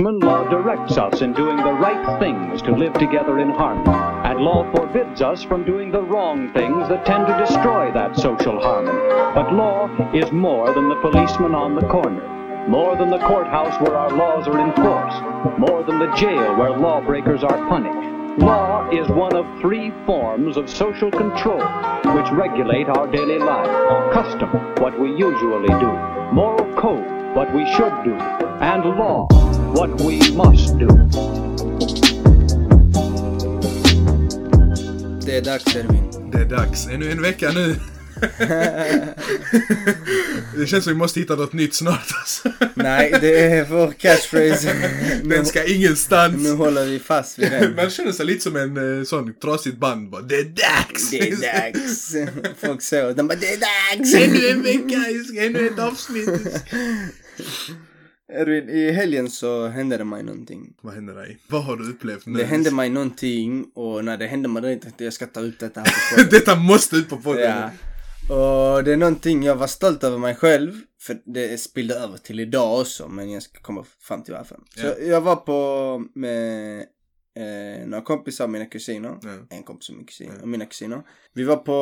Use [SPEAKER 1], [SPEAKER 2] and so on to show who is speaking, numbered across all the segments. [SPEAKER 1] Human law directs us in doing the right things to live together in harmony, and law forbids us from doing the wrong things that tend to destroy that social harmony. But law is more than the policeman on the corner, more than the courthouse where our laws are enforced, more than the jail where lawbreakers are punished. Law is one of three forms of social control which regulate our daily life custom, what we usually do, moral code, what we should do, and law what we must do.
[SPEAKER 2] Det är dags Ermin.
[SPEAKER 3] Det är dags. Ännu en vecka nu. det känns som vi måste hitta något nytt snart alltså.
[SPEAKER 2] Nej, det är vår catchphrase.
[SPEAKER 3] Den ska ingenstans.
[SPEAKER 2] Nu håller vi fast vid den.
[SPEAKER 3] Man känner sig lite som en eh, sån trasigt band bara. Det är dags!
[SPEAKER 2] Det är dags. Folk så. De bara, det är dags!
[SPEAKER 3] Ännu en vecka, jag ska- ännu ett avsnitt.
[SPEAKER 2] Erwin, i helgen så hände det mig någonting.
[SPEAKER 3] Vad händer dig? Vad har du upplevt nu?
[SPEAKER 2] Det hände mig någonting och när det hände mig det tänkte jag jag ska ta ut detta här på podden.
[SPEAKER 3] Detta måste ut på podden.
[SPEAKER 2] Ja. Och det är någonting jag var stolt över mig själv. För det spillde över till idag också, men jag ska komma fram till varför. Så
[SPEAKER 3] Ja.
[SPEAKER 2] jag var på med eh, några kompisar, mina kusiner.
[SPEAKER 3] Ja.
[SPEAKER 2] En kompis och min kusin,
[SPEAKER 3] Ja.
[SPEAKER 2] och mina kusiner. Vi var på,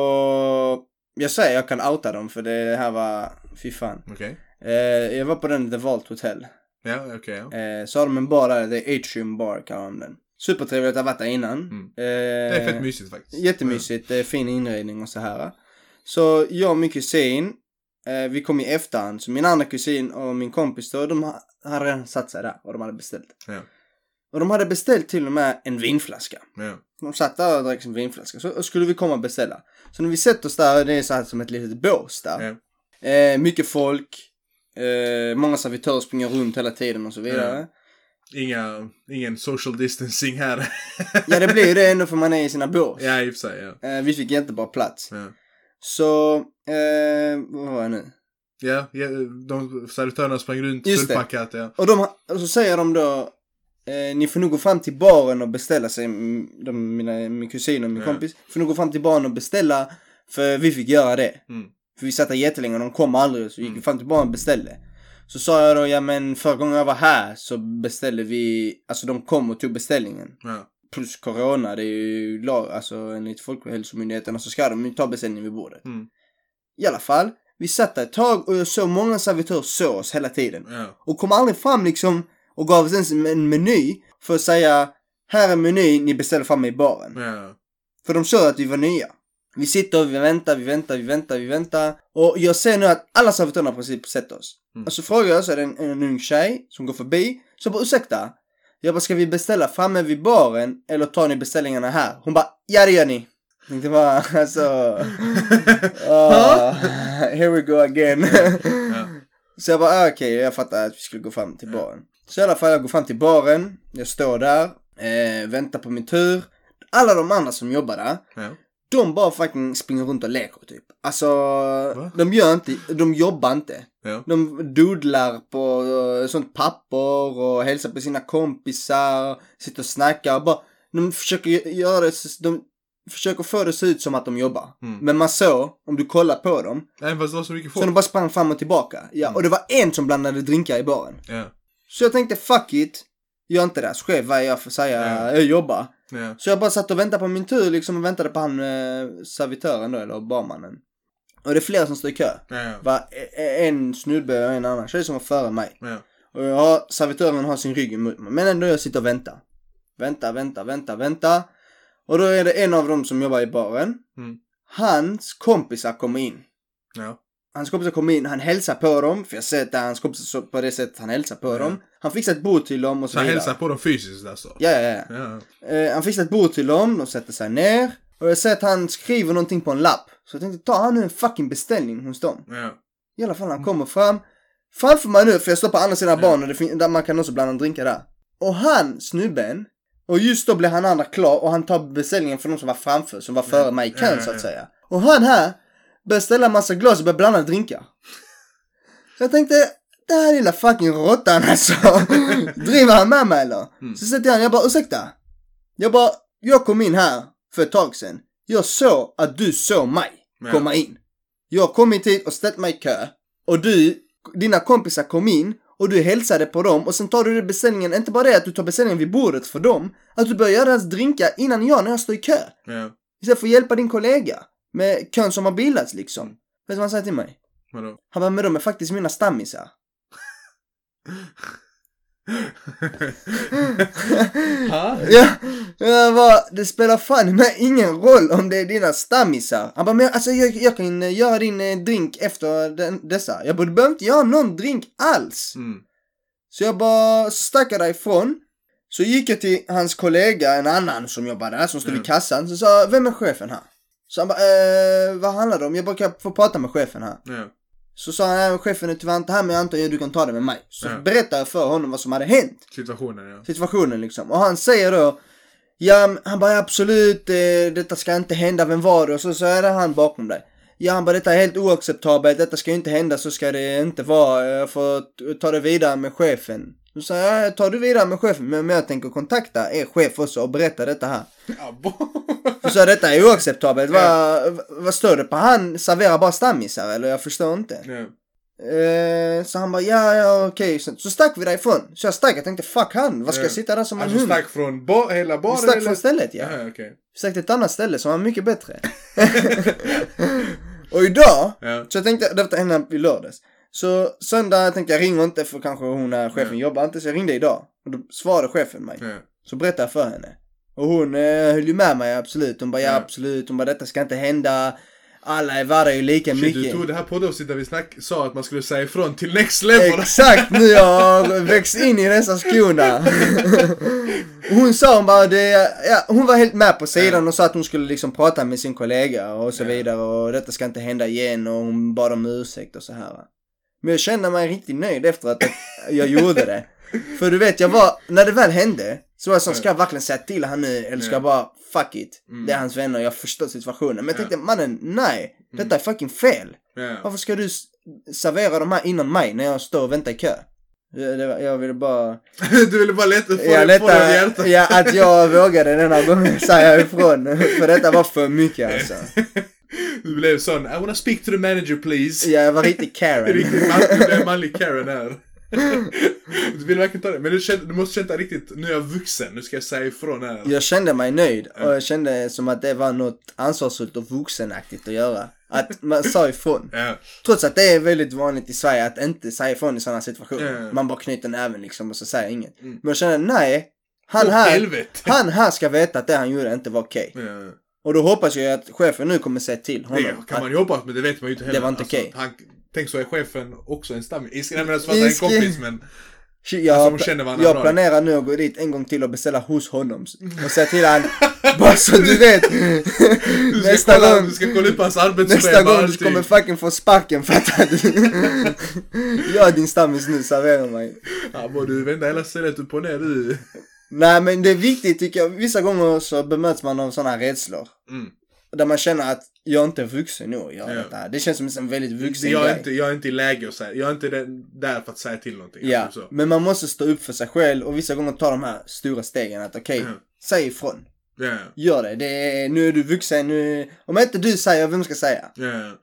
[SPEAKER 2] jag säger jag kan outa dem för det här var, fy fan.
[SPEAKER 3] Okej.
[SPEAKER 2] Eh, jag var på den The Vault Hotel.
[SPEAKER 3] Ja, okej. ja.
[SPEAKER 2] Eh, så har de en bar där, det är Atrium Bar kallar de den. Supertrevligt, att ha varit där innan.
[SPEAKER 3] Mm.
[SPEAKER 2] Eh,
[SPEAKER 3] Det är fett mysigt faktiskt.
[SPEAKER 2] Jättemysigt, det är fin inredning och så här. Så jag och min kusin, eh, vi kom i efterhand, så min andra kusin och min kompis då, de ha- hade redan satt sig där och de hade beställt.
[SPEAKER 3] Ja.
[SPEAKER 2] Och de hade beställt till och med en vinflaska.
[SPEAKER 3] Ja.
[SPEAKER 2] De satt där och drack sin vinflaska, så och skulle vi komma och beställa. Så när vi sätter oss där, det är så här som ett litet bås där. Eh, mycket folk, eh, många servitörer springer runt hela tiden och så vidare.
[SPEAKER 3] Ja. Inga, ingen social distancing här.
[SPEAKER 2] Ja, det blir ju det ändå för man är i sina bås.
[SPEAKER 3] ja, i och för sig. Ja.
[SPEAKER 2] Eh, vi fick jättebra plats.
[SPEAKER 3] Ja.
[SPEAKER 2] Så, eh, vad var jag nu?
[SPEAKER 3] Ja, ja de servitörerna sprang runt
[SPEAKER 2] Just det.
[SPEAKER 3] fullpackat. Ja.
[SPEAKER 2] Och, de, och så säger de då, eh, ni får nog gå fram till baren och beställa sig, m- de, mina, min kusin och min
[SPEAKER 3] Ja.
[SPEAKER 2] kompis, får nog gå fram till baren och beställa, för vi fick göra det.
[SPEAKER 3] Mm.
[SPEAKER 2] För vi satt där jättelänge och de kom aldrig, så vi gick
[SPEAKER 3] Mm.
[SPEAKER 2] fram till baren och beställde. Så sa jag då, ja men förra gången jag var här så beställde vi, alltså de kom och tog beställningen.
[SPEAKER 3] Ja.
[SPEAKER 2] Plus corona, det är ju lag, alltså enligt Folkhälsomyndigheten så ska de ju ta beställning vid bordet.
[SPEAKER 3] Mm.
[SPEAKER 2] I alla fall, vi satt där ett tag och jag såg många servitörer så oss hela tiden.
[SPEAKER 3] Ja.
[SPEAKER 2] Och kom aldrig fram liksom och gav oss ens en meny för att säga här är menyn, ni beställer fram mig i baren.
[SPEAKER 3] Ja.
[SPEAKER 2] För de såg att vi var nya. Vi sitter och vi väntar, vi väntar, vi väntar, vi väntar. Och jag ser nu att alla servitörerna i princip sett oss.
[SPEAKER 3] Mm.
[SPEAKER 2] Och så frågar jag så är det en, en ung tjej som går förbi. Så jag bara ursäkta. Jag bara ska vi beställa framme vid baren eller tar ni beställningarna här? Hon bara ja det gör ni. Jag tänkte bara alltså. ah, here we go again.
[SPEAKER 3] Ja.
[SPEAKER 2] Så jag bara, ah, okej, jag fattar att vi skulle gå fram till baren. Så i alla fall, jag går fram till baren, jag står där, eh, väntar på min tur. Alla de andra som jobbar där,
[SPEAKER 3] Ja.
[SPEAKER 2] de bara fucking springer runt och leker typ. Alltså,
[SPEAKER 3] Va?
[SPEAKER 2] de gör inte, de jobbar inte.
[SPEAKER 3] Ja.
[SPEAKER 2] De doodlar på eh, sånt papper och hälsar på sina kompisar, sitter och snackar och bara, de försöker gö- göra det, så- de försöker få det att se ut som att de jobbar.
[SPEAKER 3] Mm.
[SPEAKER 2] Men man såg, om du kollar på dem,
[SPEAKER 3] Även fast det var så mycket
[SPEAKER 2] så
[SPEAKER 3] folk.
[SPEAKER 2] de bara sprang fram och tillbaka. Ja,
[SPEAKER 3] Mm.
[SPEAKER 2] och det var en som blandade drinkar i baren.
[SPEAKER 3] Ja.
[SPEAKER 2] Så jag tänkte fuck it. Gör inte det här. Chef, vad är jag för att säga?
[SPEAKER 3] Ja.
[SPEAKER 2] Jag jobbar.
[SPEAKER 3] Ja.
[SPEAKER 2] Så jag bara satt och väntade på min tur liksom och väntade på han eh, servitören då, eller barmannen. Och det är flera som står i kö.
[SPEAKER 3] Ja.
[SPEAKER 2] Det var e- e- en snubbe och en annan tjej som var före mig.
[SPEAKER 3] Ja.
[SPEAKER 2] Och jag har, servitören har sin rygg emot mig. Men ändå jag sitter och väntar. Väntar, väntar, väntar, väntar. Och då är det en av dem som jobbar i baren.
[SPEAKER 3] Mm.
[SPEAKER 2] Hans kompisar kommer in.
[SPEAKER 3] Ja.
[SPEAKER 2] Hans kompisar kom in, han hälsar på dem, för jag ser att det är hans kompisar så- på det sättet han hälsar på
[SPEAKER 3] Ja.
[SPEAKER 2] dem. Han fixar ett bord till dem och så
[SPEAKER 3] Mm. Så han
[SPEAKER 2] vidare.
[SPEAKER 3] hälsar på dem fysiskt alltså.
[SPEAKER 2] Ja, ja, ja.
[SPEAKER 3] Ja.
[SPEAKER 2] Eh, han fixar ett bord till dem, de sätter sig ner. Och jag ser att han skriver någonting på en lapp. Så jag tänkte, ta han nu en fucking beställning hos dem.
[SPEAKER 3] Ja.
[SPEAKER 2] I alla fall han kommer fram. Framför mig nu, för jag står på andra sidan
[SPEAKER 3] Mm. Ja.
[SPEAKER 2] barn och det fin- där man kan också blanda drinkar där. Och han, snubben, och just då blir han andra klar och han tar beställningen från de som var framför, som var före
[SPEAKER 3] Ja.
[SPEAKER 2] mig i
[SPEAKER 3] Ja,
[SPEAKER 2] kön
[SPEAKER 3] ja,
[SPEAKER 2] så att
[SPEAKER 3] ja.
[SPEAKER 2] säga. Och han här beställer en massa glas och börjar blanda drinkar. Så jag tänkte, det här lilla fucking råttan alltså. Driver han med mig eller?
[SPEAKER 3] Mm.
[SPEAKER 2] Så sätter jag han, jag bara ursäkta. Jag bara, jag kom in här för ett tag sedan. Jag såg att du såg mig
[SPEAKER 3] Ja.
[SPEAKER 2] komma in. Jag kom hit hit och ställt mig i kö. Och du, dina kompisar kom in. och du hälsade på dem och sen tar du beställningen, inte bara det att du tar beställningen vid bordet för dem, att du börjar göra deras drinkar innan jag när jag står i kö.
[SPEAKER 3] Ja,
[SPEAKER 2] Istället för att hjälpa din kollega med kön som har bildats liksom. Vet du vad han säger till mig?
[SPEAKER 3] vadå?
[SPEAKER 2] Han bara, men de är faktiskt mina stammisar.
[SPEAKER 1] Ha?
[SPEAKER 2] Ja, jag bara, det spelar fan med ingen roll om det är dina stammisar. Han bara, men alltså jag, jag kan eh, göra din eh, drink efter den, dessa. Jag bara, du behöver inte göra någon drink alls.
[SPEAKER 3] Mm.
[SPEAKER 2] Så jag bara stack därifrån. Så gick jag till hans kollega, en annan som jobbade där, som stod
[SPEAKER 3] Mm.
[SPEAKER 2] i kassan. Så sa jag, vem är chefen här? Så han bara, eh, vad handlar det om? Jag bara, kan jag få prata med chefen här?
[SPEAKER 3] Ja.
[SPEAKER 2] Så sa han, "Nej, chefen är tyvärr inte här, men jag antar att du kan ta det med mig. Så
[SPEAKER 3] Mm.
[SPEAKER 2] berättade jag för honom vad som hade hänt
[SPEAKER 3] Situationen ja.
[SPEAKER 2] situationen liksom. Och han säger då, ja, men- han bara "Ja, absolut, eh, detta ska inte hända, vem var det? Och så, så är det han bakom dig. Ja, han bara detta är helt oacceptabelt, detta ska ju inte hända, så ska det inte vara, jag får t- ta det vidare med chefen. Så sa jag, "Ja, tar du vidare med chefen, men men jag tänker kontakta er chef också och berätta detta här.
[SPEAKER 3] Abbo.
[SPEAKER 2] Och så detta är oacceptabelt, vad, vad står det på han serverar bara stammisar eller? Jag förstår inte.
[SPEAKER 3] ja. Alltså,
[SPEAKER 2] Eh, så han bara, ja, ja, okej. Så, så stack vi därifrån. Så jag stack, jag tänkte fuck han, vad ska jag
[SPEAKER 3] Ja.
[SPEAKER 2] sitta där som en
[SPEAKER 3] Alltså
[SPEAKER 2] hund?
[SPEAKER 3] stack från bo- hela baren
[SPEAKER 2] Vi stack
[SPEAKER 3] eller?
[SPEAKER 2] från stället ja.
[SPEAKER 3] Ja, ja, okej.
[SPEAKER 2] Vi stack till ett annat ställe som var mycket bättre. och idag,
[SPEAKER 3] Ja.
[SPEAKER 2] så jag tänkte, detta hände i lördags. Så söndag jag tänkte jag ringer inte för kanske hon är chefen
[SPEAKER 3] Mm.
[SPEAKER 2] jobbar inte. Så jag ringde idag. Och då svarade chefen mig.
[SPEAKER 3] Ja.
[SPEAKER 2] Så berättade jag för henne. Och hon eh, höll ju med mig absolut. Hon bara ja
[SPEAKER 3] Mm.
[SPEAKER 2] absolut. Hon bara detta ska inte hända. Alla är värda ju lika
[SPEAKER 3] Shit, du
[SPEAKER 2] mycket.
[SPEAKER 3] tog det här poddavsnittet där vi snack- sa att man skulle säga ifrån till next level.
[SPEAKER 2] Exakt nu jag har växt in i dessa skorna. Hon sa hon bara det, ja, hon var helt med på sidan och sa att hon skulle liksom prata med sin kollega och så
[SPEAKER 3] Ja.
[SPEAKER 2] vidare och detta ska inte hända igen och hon bad om ursäkt och så här. va. Men jag kände mig riktigt nöjd efter att jag gjorde det. För du vet jag var, när det väl hände så var jag som, ska jag verkligen säga till han nu eller ska jag bara fuck it.
[SPEAKER 3] Mm.
[SPEAKER 2] Det är hans vänner, jag förstår situationen. Men jag
[SPEAKER 3] Ja. Mm.
[SPEAKER 2] tänkte mannen, nej. Detta är fucking fel.
[SPEAKER 3] Ja.
[SPEAKER 2] Varför ska du s- servera de här innan mig när jag står och väntar i kö? Det, det, var- jag ville bara...
[SPEAKER 3] Du ville bara lätta få det på dig hjärtat.
[SPEAKER 2] ja, att jag vågade den här gången säga ifrån. För detta var för mycket alltså.
[SPEAKER 3] Du blev sån, I wanna speak to the manager please.
[SPEAKER 2] Ja, jag var riktigt Karen.
[SPEAKER 3] Riktigt man, du blev manlig Karen här. Du vill verkligen ta det, men du, kände, du måste känna riktigt, nu är jag vuxen, nu ska jag säga ifrån här.
[SPEAKER 2] Jag kände mig nöjd och jag kände som att det var något ansvarsfullt och vuxenaktigt att göra. Att man sa ifrån.
[SPEAKER 3] Ja.
[SPEAKER 2] Trots att det är väldigt vanligt i Sverige att inte säga ifrån i sådana situationer.
[SPEAKER 3] Ja.
[SPEAKER 2] Man bara knyter näven liksom och så säger inget.
[SPEAKER 3] Mm.
[SPEAKER 2] Men jag kände, nej. Han
[SPEAKER 3] Åh,
[SPEAKER 2] här,
[SPEAKER 3] helvete.
[SPEAKER 2] han här ska veta att det han gjorde inte var okej.
[SPEAKER 3] Ja.
[SPEAKER 2] Och då hoppas jag att chefen nu kommer säga till
[SPEAKER 3] Det
[SPEAKER 2] honom.
[SPEAKER 3] kan man
[SPEAKER 2] att,
[SPEAKER 3] ju hoppas, men det vet man ju inte heller. Alltså,
[SPEAKER 2] Det var inte okej.
[SPEAKER 3] han, tänk så är chefen också en stammis. Isk- Nej men alltså, fast han är en
[SPEAKER 2] Isk-
[SPEAKER 3] kompis men...
[SPEAKER 2] jag
[SPEAKER 3] Alltså, de känner varandra
[SPEAKER 2] jag
[SPEAKER 3] bra.
[SPEAKER 2] planerar nu att gå dit en gång till och beställa hos honom. Och säga till han, bara så du vet.
[SPEAKER 3] Du ska,
[SPEAKER 2] nästa
[SPEAKER 3] kolla,
[SPEAKER 2] gång,
[SPEAKER 3] du ska kolla upp hans arbetsschema
[SPEAKER 2] nästa
[SPEAKER 3] och
[SPEAKER 2] gång du
[SPEAKER 3] allting.
[SPEAKER 2] kommer fucking få sparken fattar du? jag är din stammis nu, servera mig.
[SPEAKER 3] Ja, bara du vänder hela stället upp och ner du.
[SPEAKER 2] Nej men det är viktigt tycker jag. Vissa gånger så bemöts man av sådana rädslor.
[SPEAKER 3] Mm.
[SPEAKER 2] Där man känner att jag inte är vuxen nog att göra
[SPEAKER 3] Ja.
[SPEAKER 2] detta. Det känns som en väldigt vuxen
[SPEAKER 3] Jag är,
[SPEAKER 2] grej.
[SPEAKER 3] inte, jag är inte i läge att säga, jag är inte den- där för att säga till någonting.
[SPEAKER 2] Ja,
[SPEAKER 3] alltså, så.
[SPEAKER 2] men man måste stå upp för sig själv och vissa gånger ta de här stora stegen att okej,
[SPEAKER 3] Mm.
[SPEAKER 2] säg ifrån.
[SPEAKER 3] Ja,
[SPEAKER 2] Gör det. det är, nu är du vuxen, nu... Om inte du säger, vem ska säga?
[SPEAKER 3] ja.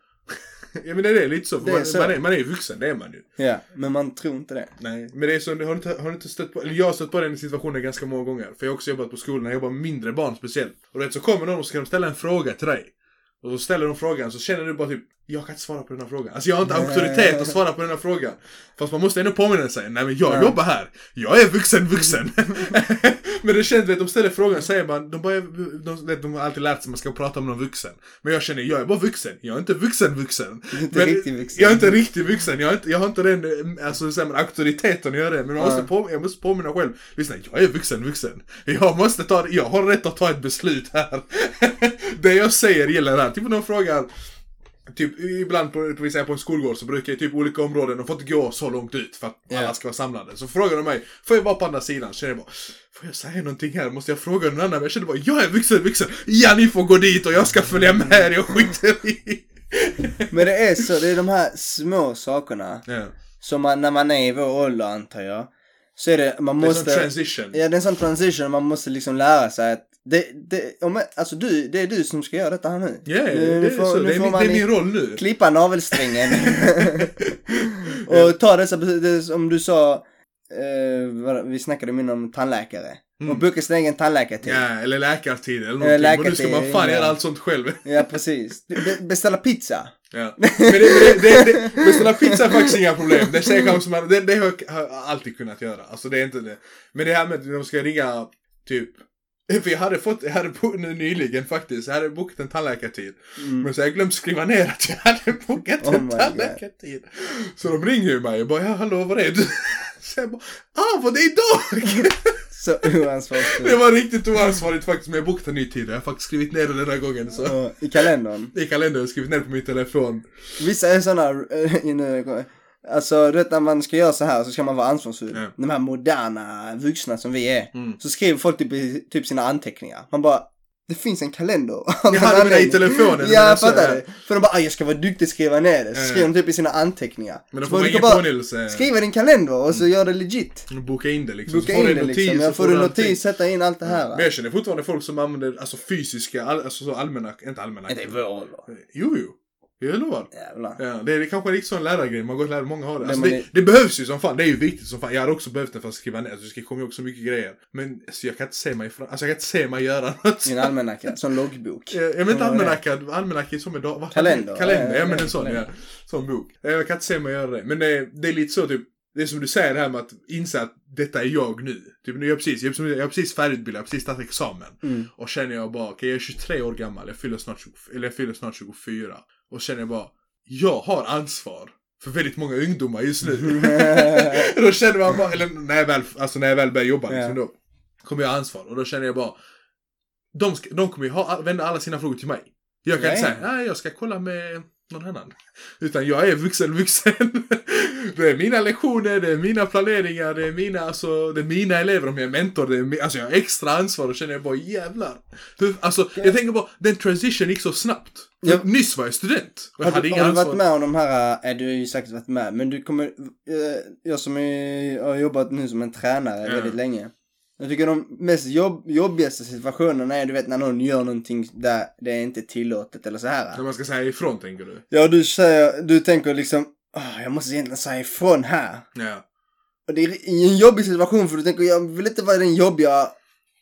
[SPEAKER 3] ja men det är lite så, för
[SPEAKER 2] Det är
[SPEAKER 3] man,
[SPEAKER 2] så.
[SPEAKER 3] Man, är, man är ju vuxen, det är man ju.
[SPEAKER 2] Ja, men man tror inte det.
[SPEAKER 3] Nej. Men det är så, har du inte, har du inte stött på, eller jag har stött på den situationen ganska många gånger. För jag har också jobbat på skolan, jag jobbar med mindre barn speciellt. Och du vet, så kommer någon och ska de ställa en fråga till dig. Och så ställer de frågan, så känner du bara typ, jag kan inte svara på den här frågan. Alltså jag har inte
[SPEAKER 2] Nej.
[SPEAKER 3] auktoritet att svara på den här frågan. Fast man måste ändå påminna sig, nej men jag
[SPEAKER 2] Ja. Mm.
[SPEAKER 3] jobbar här. Jag är vuxen, vuxen. men det känns, vet, de ställer frågan, säger man, de, bara, de, de, de har alltid lärt sig att man ska prata om någon vuxen. Men jag känner, jag är bara vuxen, jag är inte vuxen, vuxen.
[SPEAKER 2] inte
[SPEAKER 3] Men
[SPEAKER 2] riktigt vuxen.
[SPEAKER 3] Jag är inte riktig vuxen, jag har inte, jag har inte den eh, alltså, hur säger man, auktoriteten att göra det. Men jag måste,
[SPEAKER 2] Ja.
[SPEAKER 3] på, jag måste påminna själv, lyssna, jag är vuxen, vuxen. Jag måste ta, jag har rätt att ta ett beslut här. det jag säger gäller här. Typ om någon frågar, Typ ibland på, på, vi säger på en skolgård så brukar ju typ olika områden, de får inte gå så långt ut för att
[SPEAKER 2] Ja.
[SPEAKER 3] alla ska vara samlade. Så frågar de mig, får jag vara på andra sidan? Så känner jag bara, får jag säga någonting här? Måste jag fråga någon annan? Men jag känner bara, jag är vuxen, vuxen! Ja, ni får gå dit och jag ska följa med er, jag skiter i!
[SPEAKER 2] Men det är så, det är de här små sakerna
[SPEAKER 3] Ja,
[SPEAKER 2] som man, när man är i vår ålder antar jag. så är det, man
[SPEAKER 3] Det är en sån
[SPEAKER 2] måste...
[SPEAKER 3] transition.
[SPEAKER 2] Ja, det är en sån transition man måste liksom lära sig att det, det, om, alltså du, det är du som ska göra detta här nu.
[SPEAKER 3] Ja,
[SPEAKER 2] Nu-
[SPEAKER 3] det,
[SPEAKER 2] nu
[SPEAKER 3] är så. Det är, min,
[SPEAKER 2] man
[SPEAKER 3] det är min
[SPEAKER 2] i-
[SPEAKER 3] roll nu.
[SPEAKER 2] Klippa navelsträngen. och ta dessa, beslut. det är som du sa, eh, vad- vi snackade ju om tandläkare.
[SPEAKER 3] Mm.
[SPEAKER 2] Och boka sin egen tandläkartid.
[SPEAKER 3] Ja, eller läkartid eller någonting.
[SPEAKER 2] läkartid,
[SPEAKER 3] Men nu ska man fan
[SPEAKER 2] ja.
[SPEAKER 3] göra allt sånt själv.
[SPEAKER 2] Ja, precis. Du, be- beställa pizza.
[SPEAKER 3] Ja. Men det, det, det, det, beställa pizza är faktiskt inga problem. Det, säger jag som, det, det har jag har jag alltid kunnat göra. Alltså det är inte det. Men det här med att de ska ringa typ. För jag hade fått, jag hade bo- nu nyligen faktiskt, jag hade bokat en tandläkartid. Men så har jag glömt skriva ner att jag hade
[SPEAKER 2] Mm.
[SPEAKER 3] bokat
[SPEAKER 2] Oh my
[SPEAKER 3] en
[SPEAKER 2] God.
[SPEAKER 3] tandläkartid. Så de ringer ju mig och bara ja hallå var är du? Så jag bara ah var det idag?
[SPEAKER 2] Så
[SPEAKER 3] Det
[SPEAKER 2] oansvarigt.
[SPEAKER 3] var riktigt oansvarigt faktiskt men jag bokat en ny tid jag har faktiskt skrivit ner det den här gången så.
[SPEAKER 2] Och I kalendern.
[SPEAKER 3] I kalendern har jag skrivit ner på min telefon.
[SPEAKER 2] Vissa är sådana, eh, nu- alltså du vet när man ska göra så här så ska man vara ansvarsfull.
[SPEAKER 3] Ja.
[SPEAKER 2] De här moderna vuxna som vi är.
[SPEAKER 3] Mm.
[SPEAKER 2] Så skriver folk typ, i- typ sina anteckningar. Man bara, det finns en kalender. av någon
[SPEAKER 3] hade mina i
[SPEAKER 2] anledning.
[SPEAKER 3] telefonen, men
[SPEAKER 2] Ja, jag
[SPEAKER 3] alltså,
[SPEAKER 2] fattar
[SPEAKER 3] ja.
[SPEAKER 2] det. För de bara, "Ah, jag ska vara duktig och skriva ner det. Så
[SPEAKER 3] Ja.
[SPEAKER 2] skriver de typ i sina anteckningar.
[SPEAKER 3] Men då
[SPEAKER 2] Så
[SPEAKER 3] får man
[SPEAKER 2] du kan
[SPEAKER 3] ingen
[SPEAKER 2] bara
[SPEAKER 3] påminnelse.
[SPEAKER 2] Skriva i din kalender och så gör det legit.
[SPEAKER 3] Boka in det liksom.
[SPEAKER 2] Boka
[SPEAKER 3] Så får
[SPEAKER 2] in
[SPEAKER 3] du
[SPEAKER 2] det
[SPEAKER 3] en notis, Mm.
[SPEAKER 2] liksom.
[SPEAKER 3] så
[SPEAKER 2] Ja, får du
[SPEAKER 3] allting.
[SPEAKER 2] notis, sätta in allt det här. va?
[SPEAKER 3] Men jag känner fortfarande folk som använder alltså fysiska, all, alltså så allmänna, inte allmänna.
[SPEAKER 2] Nej, Det är vår ålder.
[SPEAKER 3] Jo, jo. Jag lovar.
[SPEAKER 2] Jävlar.
[SPEAKER 3] Ja, det är kanske en riktig sån lärargrej, man går och lär, många har det. Alltså,
[SPEAKER 2] men
[SPEAKER 3] det,
[SPEAKER 2] det-
[SPEAKER 3] det behövs ju som fan, det är ju viktigt som fan. Jag hade också behövt det för att skriva ner, alltså, det kommer ju också mycket grejer. Men alltså, jag kan inte se mig, fram, alltså, jag kan inte se mig göra något.
[SPEAKER 2] Min almanacka, som loggbok.
[SPEAKER 3] Eh, Jag menar inte
[SPEAKER 2] Ja, det är.
[SPEAKER 3] almanacka, almanacka är som en dag, vad-
[SPEAKER 2] Kalender.
[SPEAKER 3] kalender.
[SPEAKER 2] Ja,
[SPEAKER 3] Ja men
[SPEAKER 2] ja,
[SPEAKER 3] en sån, ja.
[SPEAKER 2] kalender.
[SPEAKER 3] Sån bok. Eh, Jag kan inte se mig göra det. Men det, det är lite så typ, det är som du säger det här med att inse att detta är jag nu. Typ nu är jag precis, jag är precis, jag är precis färdigutbildad, jag har precis tagit examen.
[SPEAKER 2] Mm.
[SPEAKER 3] Och känner jag bara, okej jag är 23 år gammal, jag fyller snart, 20, eller jag fyller snart 24. Och känner jag bara, jag har ansvar. För väldigt många ungdomar just
[SPEAKER 2] Mm.
[SPEAKER 3] nu. då känner man bara, eller när jag väl, alltså när jag väl börjar jobba liksom, då kommer jag ha ansvar. Och då känner jag bara, de, ska, de kommer ju ha, vända alla sina frågor till mig. Jag kan inte
[SPEAKER 2] Nej.
[SPEAKER 3] säga, nej jag ska kolla med någon annan. Utan jag är vuxen, vuxen. Det är mina lektioner, det är mina planeringar, det är mina, alltså, det är mina elever om jag är mentor. Det är mi- alltså jag har extra ansvar och känner jag bara jävlar. Hur, alltså, jag tänker bara, den transition gick så snabbt. För
[SPEAKER 2] Ja.
[SPEAKER 3] Nyss var jag student och jag
[SPEAKER 2] Har du,
[SPEAKER 3] hade inga
[SPEAKER 2] har du varit
[SPEAKER 3] ansvar.
[SPEAKER 2] med om de här, äh, du har ju säkert varit med, men du kommer, eh, jag som är, har jobbat nu som en tränare
[SPEAKER 3] Ja.
[SPEAKER 2] väldigt länge. Jag tycker de mest jobb, jobbigaste situationerna är du vet när någon gör någonting där det är inte tillåtet eller så
[SPEAKER 3] När
[SPEAKER 2] här.
[SPEAKER 3] man ska säga ifrån tänker du?
[SPEAKER 2] Ja, du säger, du tänker liksom, "Åh, jag måste egentligen säga ifrån här.
[SPEAKER 3] Ja.
[SPEAKER 2] Och det är en jobbig situation för du tänker, jag vill inte vara den jobbiga,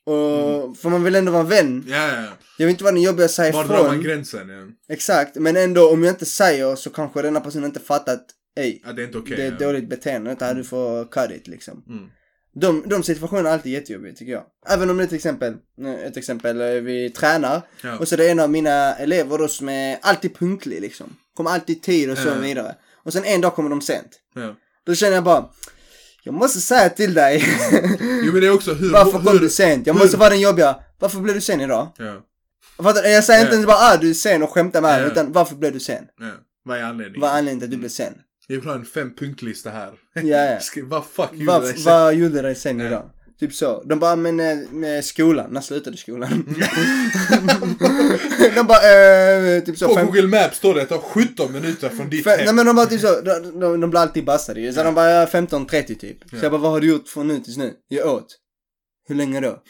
[SPEAKER 2] och,
[SPEAKER 3] Mm.
[SPEAKER 2] för man vill ändå vara en vän.
[SPEAKER 3] Ja, ja,
[SPEAKER 2] Jag vill inte vara den jobbiga och säga
[SPEAKER 3] ja. Var drar man
[SPEAKER 2] ifrån.
[SPEAKER 3] gränsen? Ja.
[SPEAKER 2] Exakt, men ändå om jag inte säger så kanske denna personen inte fattar att ej,
[SPEAKER 3] Ja, det är inte okej.
[SPEAKER 2] det är ett
[SPEAKER 3] ja.
[SPEAKER 2] dåligt beteende, det här du får cut it liksom.
[SPEAKER 3] Mm.
[SPEAKER 2] De, de situationerna är alltid jättejobbiga tycker jag. Även om det är till exempel, ett exempel, eh, vi tränar
[SPEAKER 3] Ja.
[SPEAKER 2] och så är det är en av mina elever då som är alltid punktlig liksom. Kommer alltid i tid och så
[SPEAKER 3] Ja.
[SPEAKER 2] vidare. Och sen en dag kommer de sent.
[SPEAKER 3] Ja.
[SPEAKER 2] Då känner jag bara, jag måste säga till dig,
[SPEAKER 3] Jo men det är också hur...
[SPEAKER 2] varför
[SPEAKER 3] hur,
[SPEAKER 2] kom du sent? Jag
[SPEAKER 3] hur-
[SPEAKER 2] måste vara den jobbiga, varför blev du sen idag?
[SPEAKER 3] Ja,
[SPEAKER 2] Fattar du? Jag säger inte
[SPEAKER 3] Ja.
[SPEAKER 2] ens bara ah, du är sen och skämtar med
[SPEAKER 3] Ja.
[SPEAKER 2] dig, utan varför blev du sen?
[SPEAKER 3] ja. Vad är anledningen?
[SPEAKER 2] Vad är anledningen till att du blev sen?
[SPEAKER 3] Jag vill ha en fem punktlista här.
[SPEAKER 2] Ja, ja.
[SPEAKER 3] Skri- vad fuck gjorde
[SPEAKER 2] Vad
[SPEAKER 3] jag sen?
[SPEAKER 2] vad gjorde dig sen
[SPEAKER 3] Ja.
[SPEAKER 2] idag? Typ så. De bara, men eh, med skolan, när slutade skolan? de bara, eh, typ så.
[SPEAKER 3] Mm. På
[SPEAKER 2] fem-
[SPEAKER 3] Google Maps står det att det tar 17 minuter från ditt
[SPEAKER 2] fem-
[SPEAKER 3] hem.
[SPEAKER 2] nej men de bara typ så, de, de, de blir alltid bastade ju. Så de bara, ja, 15.30 typ. Så jag bara, vad har du gjort från nu tills nu? Jag åt. Hur länge då?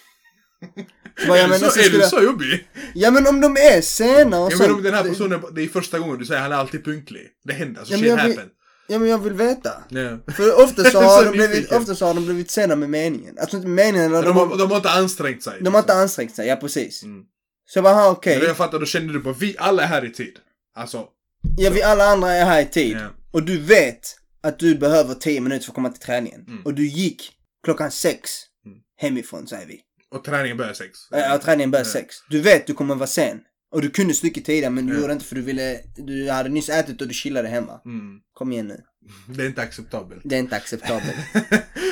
[SPEAKER 2] Så bara, ja,
[SPEAKER 3] är
[SPEAKER 2] men,
[SPEAKER 3] du så,
[SPEAKER 2] alltså,
[SPEAKER 3] är du
[SPEAKER 2] skulle-
[SPEAKER 3] så jobbig?
[SPEAKER 2] ja men om de är sena och
[SPEAKER 3] Ja, men om den här personen, det är första gången du säger han är alltid punktlig. Det händer, alltså
[SPEAKER 2] Ja, men
[SPEAKER 3] shit
[SPEAKER 2] jag vill-
[SPEAKER 3] happen.
[SPEAKER 2] Ja men jag vill veta.
[SPEAKER 3] Ja.
[SPEAKER 2] För ofta så,
[SPEAKER 3] Så
[SPEAKER 2] har de blivit,
[SPEAKER 3] nyfiken.
[SPEAKER 2] ofta så har de blivit sena med meningen. Alltså inte med meningen, eller
[SPEAKER 3] De, har, de har inte ansträngt sig.
[SPEAKER 2] de har inte ansträngt sig, ja precis.
[SPEAKER 3] Mm.
[SPEAKER 2] Så jag bara, "Aha, okej.
[SPEAKER 3] Men Jag fattar, då känner du bara vi alla är här i tid. Alltså.
[SPEAKER 2] Ja, vi alla andra är här i tid.
[SPEAKER 3] Ja.
[SPEAKER 2] Och du vet att du behöver 10 minuter för att komma till träningen.
[SPEAKER 3] Mm.
[SPEAKER 2] Och du gick klockan sex
[SPEAKER 3] Mm.
[SPEAKER 2] hemifrån, säger vi.
[SPEAKER 3] Och träningen börjar sex.
[SPEAKER 2] Ja, träningen börjar
[SPEAKER 3] Ja.
[SPEAKER 2] sex. Du vet du kommer vara sen. Och du kunde stycket tidigare, men du
[SPEAKER 3] Ja.
[SPEAKER 2] gjorde inte för du ville... Du hade nyss ätit och du chillade hemma.
[SPEAKER 3] Mm.
[SPEAKER 2] Kom igen nu.
[SPEAKER 3] Det är inte acceptabelt.
[SPEAKER 2] Det är inte acceptabelt.